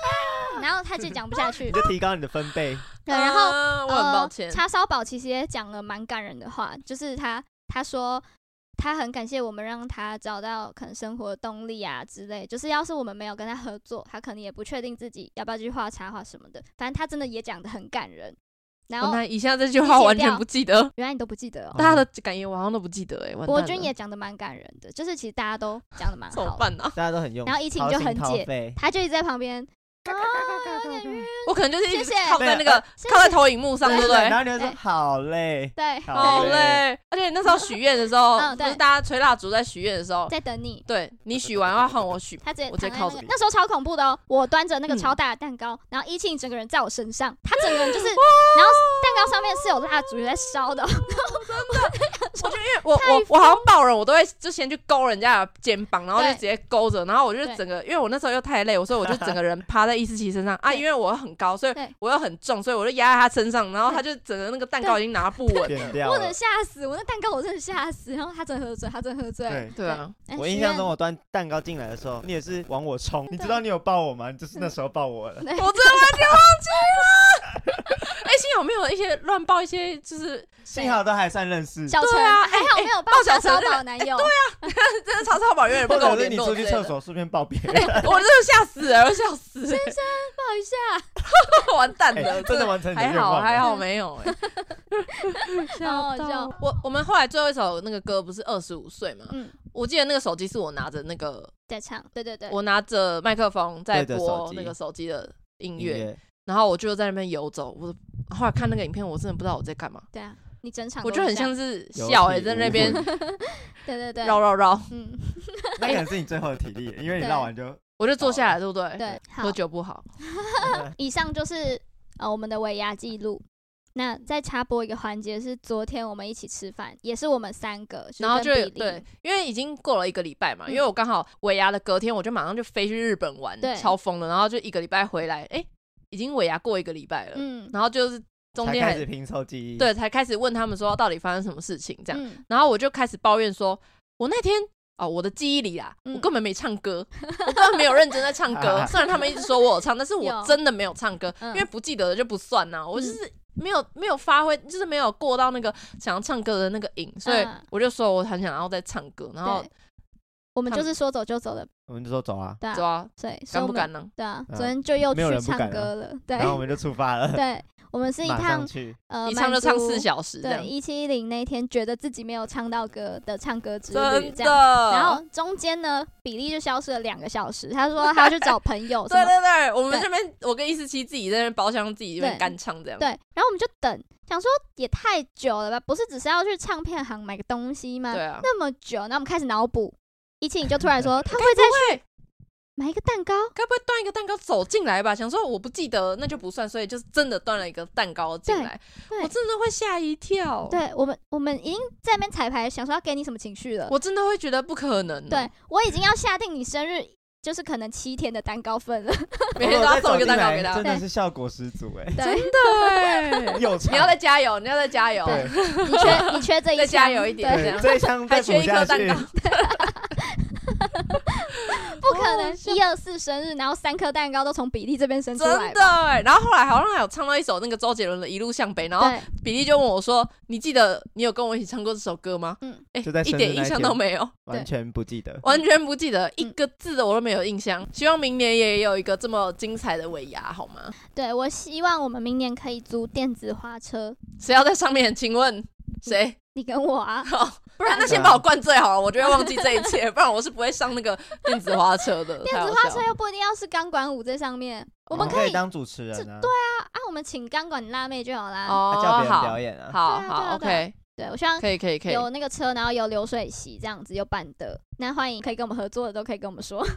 B: 然后他就讲不下去
C: 你。就提高你的分贝，
B: 对，然后
A: 啊我很抱歉
B: 呃、。叉烧堡其实也讲了蛮感人的话，就是他他说他很感谢我们让他找到可能生活动力啊之类，就是要是我们没有跟他合作，他可能也不确定自己要不要去画插画什么的。反正他真的也讲的很感人。然
A: 我
B: 后
A: 哦那以下这句话完全不记得，
B: 原来你都不记得哦，
A: 大家的感言我好像都不记得哎、完蛋了
B: 博君也讲的蛮感人的，就是其实大 家都讲的蛮
A: 怎么
B: 好的。
A: 办呢、啊？
C: 大家都很用，
B: 然后疫情就很
C: 掏心掏
B: 解
C: 肺
B: 他就一直在旁边，啊
A: 我可能就是一
B: 嗯谢
A: 直
B: 谢啊
A: 靠在那个
B: 谢谢
A: 靠在投影幕上，对不对
C: 然？后你就说
B: 哎
C: 好累，
B: 对，
A: 好
C: 对
A: 嘞！而且那时候许愿的时 候，
B: 嗯对
A: 就是大家吹蜡烛在许愿的时候，
B: 在等你。
A: 对你许完要换我许，
B: 他直接
A: 我直接
B: 躺在
A: 靠
B: 那
A: 着
B: 个
A: 你
B: 那时候超恐怖的哦，我端着那个
A: 嗯
B: 超大的蛋糕，然后一庆整个人在我身上，他整个人就是，然后蛋糕上面是有蜡烛有在烧的哦，
A: 我
B: 太
A: 我我好像抱人，我都会就先去勾人家的肩膀，然后就
B: 对
A: 直接勾着，然后我就
B: 对
A: 整个，因为我那时候又太累，所以我就整个人趴在伊思琪身上啊，
B: 对
A: 因为我很高，所以
B: 对
A: 我又很重，所以我就压在他身上，然后他就整个那个蛋糕已经拿不稳。
C: 扁掉
B: 我真
C: 了
B: 的。吓死，我那蛋糕我真的吓死，然后他真的喝醉，他真的喝醉。
C: 对，
A: 对啊，
B: 哎
C: 我印象中我端蛋糕进来的时候，你也是往我冲，
A: 啊
C: 你知道你有抱我吗？你就是那时候抱我了
B: 许。
A: 我
B: 愿
A: 真的完全忘记了。哎， 幸好没有一些乱报一些，就是
C: 幸好都还算认识，
B: 小陈
A: 对啊
B: 还好没有抱
A: 哎哎
B: 小
A: 抱小
B: 小
A: 陈 啊
B: 宝男友，
A: 真的查抄宝有点不
C: 或
A: 跟我
C: 者是
A: 联
C: 你
A: 络
C: 出
A: 之
C: 去
A: 类的
C: 厕，所顺便抱别人，
A: 我真的吓死了，我吓死了，
B: 不好意思啊，
A: 完蛋
C: 哎
A: 了，
C: 真的完成你的
A: 还
C: 愿
A: 好
C: 望
A: 还
C: 了。
A: 好没有、欸，吓
B: 好好
A: 到
B: 笑
A: 我我们后来最后一首那个歌不是二十五岁嘛？
B: 嗯，
A: 我记得那个手机是我拿着那个，
B: 在唱，对对对，
A: 我拿着麦克风在
C: 对着手
A: 播
C: 机
A: 那个手机的音
C: 音
A: 乐，
C: 乐
A: 然后我就在那边游走。我后来看那个影片，我真的不知道我在干嘛，
B: 对啊，你整场
A: 我
B: 都
A: 就是很
B: 这样，
A: 像是笑哎、
C: 有
A: 欸，
C: 体
A: 在那
C: 无
A: 边
C: 魂
B: 对对对，
A: 绕绕绕，
B: 嗯，
C: 那可能是你最后的体力，因为你
B: 对
C: 绕完就
A: 我就坐下来，对不对？，
B: 哦对，好
A: 喝，酒不好，
B: 以上就是呃我们的尾牙记录。那再插播一个环节是昨天我们一起吃饭，也是我们三个，是
A: 然后就
B: 跟
A: 有
B: 比利
A: 对，因为已经过了一个礼拜嘛，
B: 嗯
A: 因为我刚好尾牙的隔天，我就马上就飞去日本玩
B: 对，
A: 超疯了，然后就一个礼拜回来，哎、已经尾牙过一个礼拜了，
B: 嗯，
A: 然后就是 中
C: 才
A: 间
C: 开始
A: 还
C: 拼凑记忆。
A: 对才开始问他们说到底发生什么事情这样，
B: 嗯
A: 然后我就开始抱怨说，我那天。哦，我的记忆里啊，
B: 嗯
A: 我根本没唱歌，我根本没有认真在唱 歌。虽然他们一直说我有唱，但是
B: 有
A: 我真的没有唱歌，
B: 嗯
A: 因为不记得的就不算呐、我就是没有没有发挥，就是没有过到那个想要唱歌的那个瘾，所以
B: 嗯
A: 我就说我很想要再唱歌。然后
B: 对我们
A: 他
B: 就
A: 们
B: 是说走就走的，
C: 我们就说走啊，
B: 对
A: 走
B: 啊，
A: 啊，
B: 所以所以
A: 敢
B: 我
A: 不
B: 们
A: 敢呢？
B: 对啊，
C: 嗯
B: 昨天就又
C: 没有
B: 去
C: 人不
B: 唱
C: 敢啊
B: 歌了，对
C: 然后我们就出发了，
B: 对，我们是一
C: 马上
B: 趟
C: 去。
B: 呃
A: 一唱就
B: 满
A: 唱
B: 足
A: 四小时这样
B: 对，，一七零那一天觉得自己没有唱到歌的唱歌之旅
A: 真
B: 这
A: 的。
B: 样。然后中间呢，比利就消失了两个小时。他说他要去找朋 友什
A: 对
B: 么，
A: 对对，我们
B: 对
A: 这边我跟一四七自己在那边包厢自己这边
B: 对
A: 干唱这样，
B: 对，然后我们就等，想说也太久了吧？不是只是要去唱片行买个东西吗？
A: 对啊，
B: 那么久，那我们开始脑补。一七零就突然说他会在
A: 不会
B: 买一个蛋糕，
A: 该不会端一个蛋糕走进来吧？想说我不记得，那就不算，所以就是真的端了一个蛋糕进来，
B: 对对
A: 我真的会吓一跳，
B: 对我们我们已经在那边彩排，想说要给你什么情绪了。
A: 我真的会觉得不可能啊呢，
B: 对我已经要下定你生日，就是可能七天的蛋糕份了。
A: 每天都
C: 哦
A: 要送一个蛋糕给
C: 真
A: 他，
C: 的是效果十足 哎，
B: 对，
A: 对，
C: 有
A: 你要再加油，你要再加油，
B: 对你缺你缺这 一
A: 再加
B: 枪
A: 油一点
B: 对
A: 这
C: 对
A: 样
C: 这一枪
A: 还
C: 再补
A: 缺一颗
C: 下
A: 蛋
C: 去
A: 糕，，
B: 不可能
A: 好好笑
B: 一二四生日，然后三颗蛋糕都从比利这边生出来
A: 真
B: 吧。
A: 的哎。然后后来好像还有唱到一首那个周杰伦的《一路向北》，然后
B: 对，
A: 比利就问我说：“你记得你有跟我一起唱过这首歌吗？”
B: 嗯
A: 哎、
C: 就在
A: 一
C: 生日
A: 点
C: 那
A: 印
C: 一
A: 象
C: 天
A: 都没有，
C: 完全不记得。
A: 完全不记得，
B: 嗯
A: 一个字的我都没有印象。希望明年也有一个这么精彩的尾牙，好吗？
B: 对我希望我们明年可以租电子花车，
A: 谁要在上面？请问谁？
B: 你跟我啊，
A: 好，不
B: 不
A: 然
B: 然
A: 那先把我灌醉好了，我就会忘记这一 切，不然我是不会上那个 电子花车的。
B: 电
A: 太
B: 子
A: 好
B: 花
A: 笑
B: 车又不一定要是钢管舞这上面，我们
C: 哦
B: 可以
C: 当主持人
B: 这
C: 啊，
B: 啊啊，我们请钢管辣妹就好啦。
A: 哦
C: 啊，叫别人表演啊。
A: 好
B: 对啊
A: 好
B: 对啊
A: ，OK，
B: 对我希望
A: 可以可以可以。
B: 有那个车，然后有流水席这样子，有板的。那欢迎可以跟我们合作的都可以跟我们说。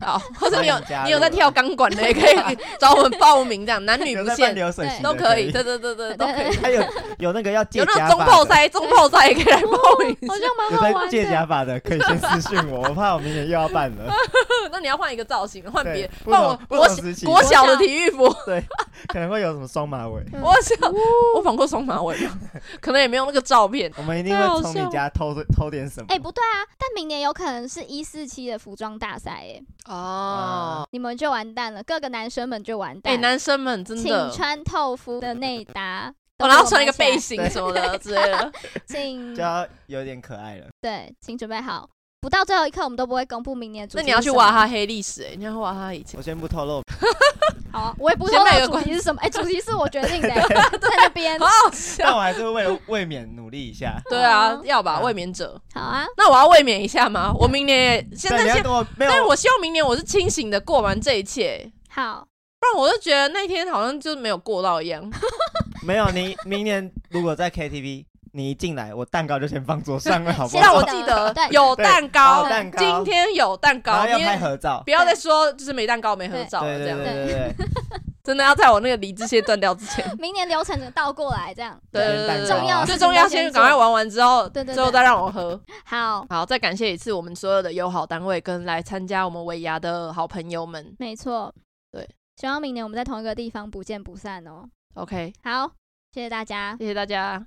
A: 好，或者你有
C: 欢迎加入
A: 你有在跳钢管的，也可以找我们报名，这样男女
C: 有
A: 不
C: 在办
A: 限
C: 流水席的
A: 都可以。
C: 可
A: 对对对对，呃 都可以。
B: 对，
C: 还有有那个要 借
A: 有那
C: 假
A: 种中
C: 发
A: 炮
C: 的
A: 塞，中炮塞也可以来报名 一下
B: 好像蛮
C: 有
B: 好
C: 在
B: 玩
C: 借
B: 的。
C: 假发的，可以先私信我，我怕我明年又要办了。
A: 那你要换一个造型，换别
C: 对，不
A: 换我
C: 同不
A: 国
C: 同
A: 小
C: 时期
A: 国小的
B: 国小
A: 体育服。
C: 可能会有什么双马尾，
B: 嗯
A: 我 想，我绑过双马尾吗，可能也没有那个照片。
C: 我们一定会从你家偷偷点什么。
B: 哎、不对啊！但明年有可能是一四七的服装大赛，哎，
A: 哦，
B: 你们就完蛋了，各个男生们就完
A: 哎、
B: 蛋。
A: 男生们真
B: 请
A: 的，
B: 穿透肤的内 搭，
A: 我然后穿一个背
B: 心，
A: 心什么 的之类的。
B: 请
C: 就要有点可爱了。
B: 对，请准备好。不到最后一刻，我们都不会公布明年的主
A: 那
B: 题。
A: 你要去挖？他黑历史、哎，你要去挖他以前。
C: 我先不 透露，
B: 好啊，我也不知
A: 先
B: 道
A: 卖个
B: 主
A: 关
B: 题是什 么。哎、主题是我决定的、哎在那边。
A: 好
B: 好
A: 好
C: 但
A: 笑。
C: 我还是会为了卫冕努力一 下。
A: 哦对啊
B: 哦，
A: 要吧，
C: 啊
A: 卫冕者。
B: 啊，
A: 那我要卫冕一下吗？我明年也现
C: 但
A: 在
C: 你要
A: 现，
C: 跟我没
A: 但
C: 有，
A: 我希望明年我是清醒的过完这一切，欸
B: 好，
A: 不然我就觉得那天好像就没有过到一样。
C: 没有你明年如果在 KTV，你一进来，我蛋糕就先放桌 上了，好不
B: 先
A: 让
C: 好
A: 我
B: 记？
A: 记
B: 得
A: 得
B: 对
A: 有蛋糕
C: 对有，蛋糕
A: 今天有蛋
C: 然
A: 糕，
C: 后要
A: 明
C: 拍
A: 天
C: 合照
A: 不。要再说就是没蛋糕没合照了
C: 对
A: 这
C: 对
A: 样
C: 对。
B: 对
C: 对对对，
A: 真的要在我那个理智线断掉之前，
B: 明年流程就倒过来这样。
A: 对
C: 先
A: 对
C: 蛋
A: 对
C: 糕啊
B: 重要
A: 最重要先赶快玩完之后，
B: 对对对
A: 最后再让我喝。
B: 好，
A: 好，再感谢一次我们所有的友好单位跟来参加我们尾牙的好朋友们。
B: 没错，
A: 对，
B: 希望明年我们在同一个地方不见不散哦。
A: OK，
B: 好，谢谢大家，
A: 谢谢大家。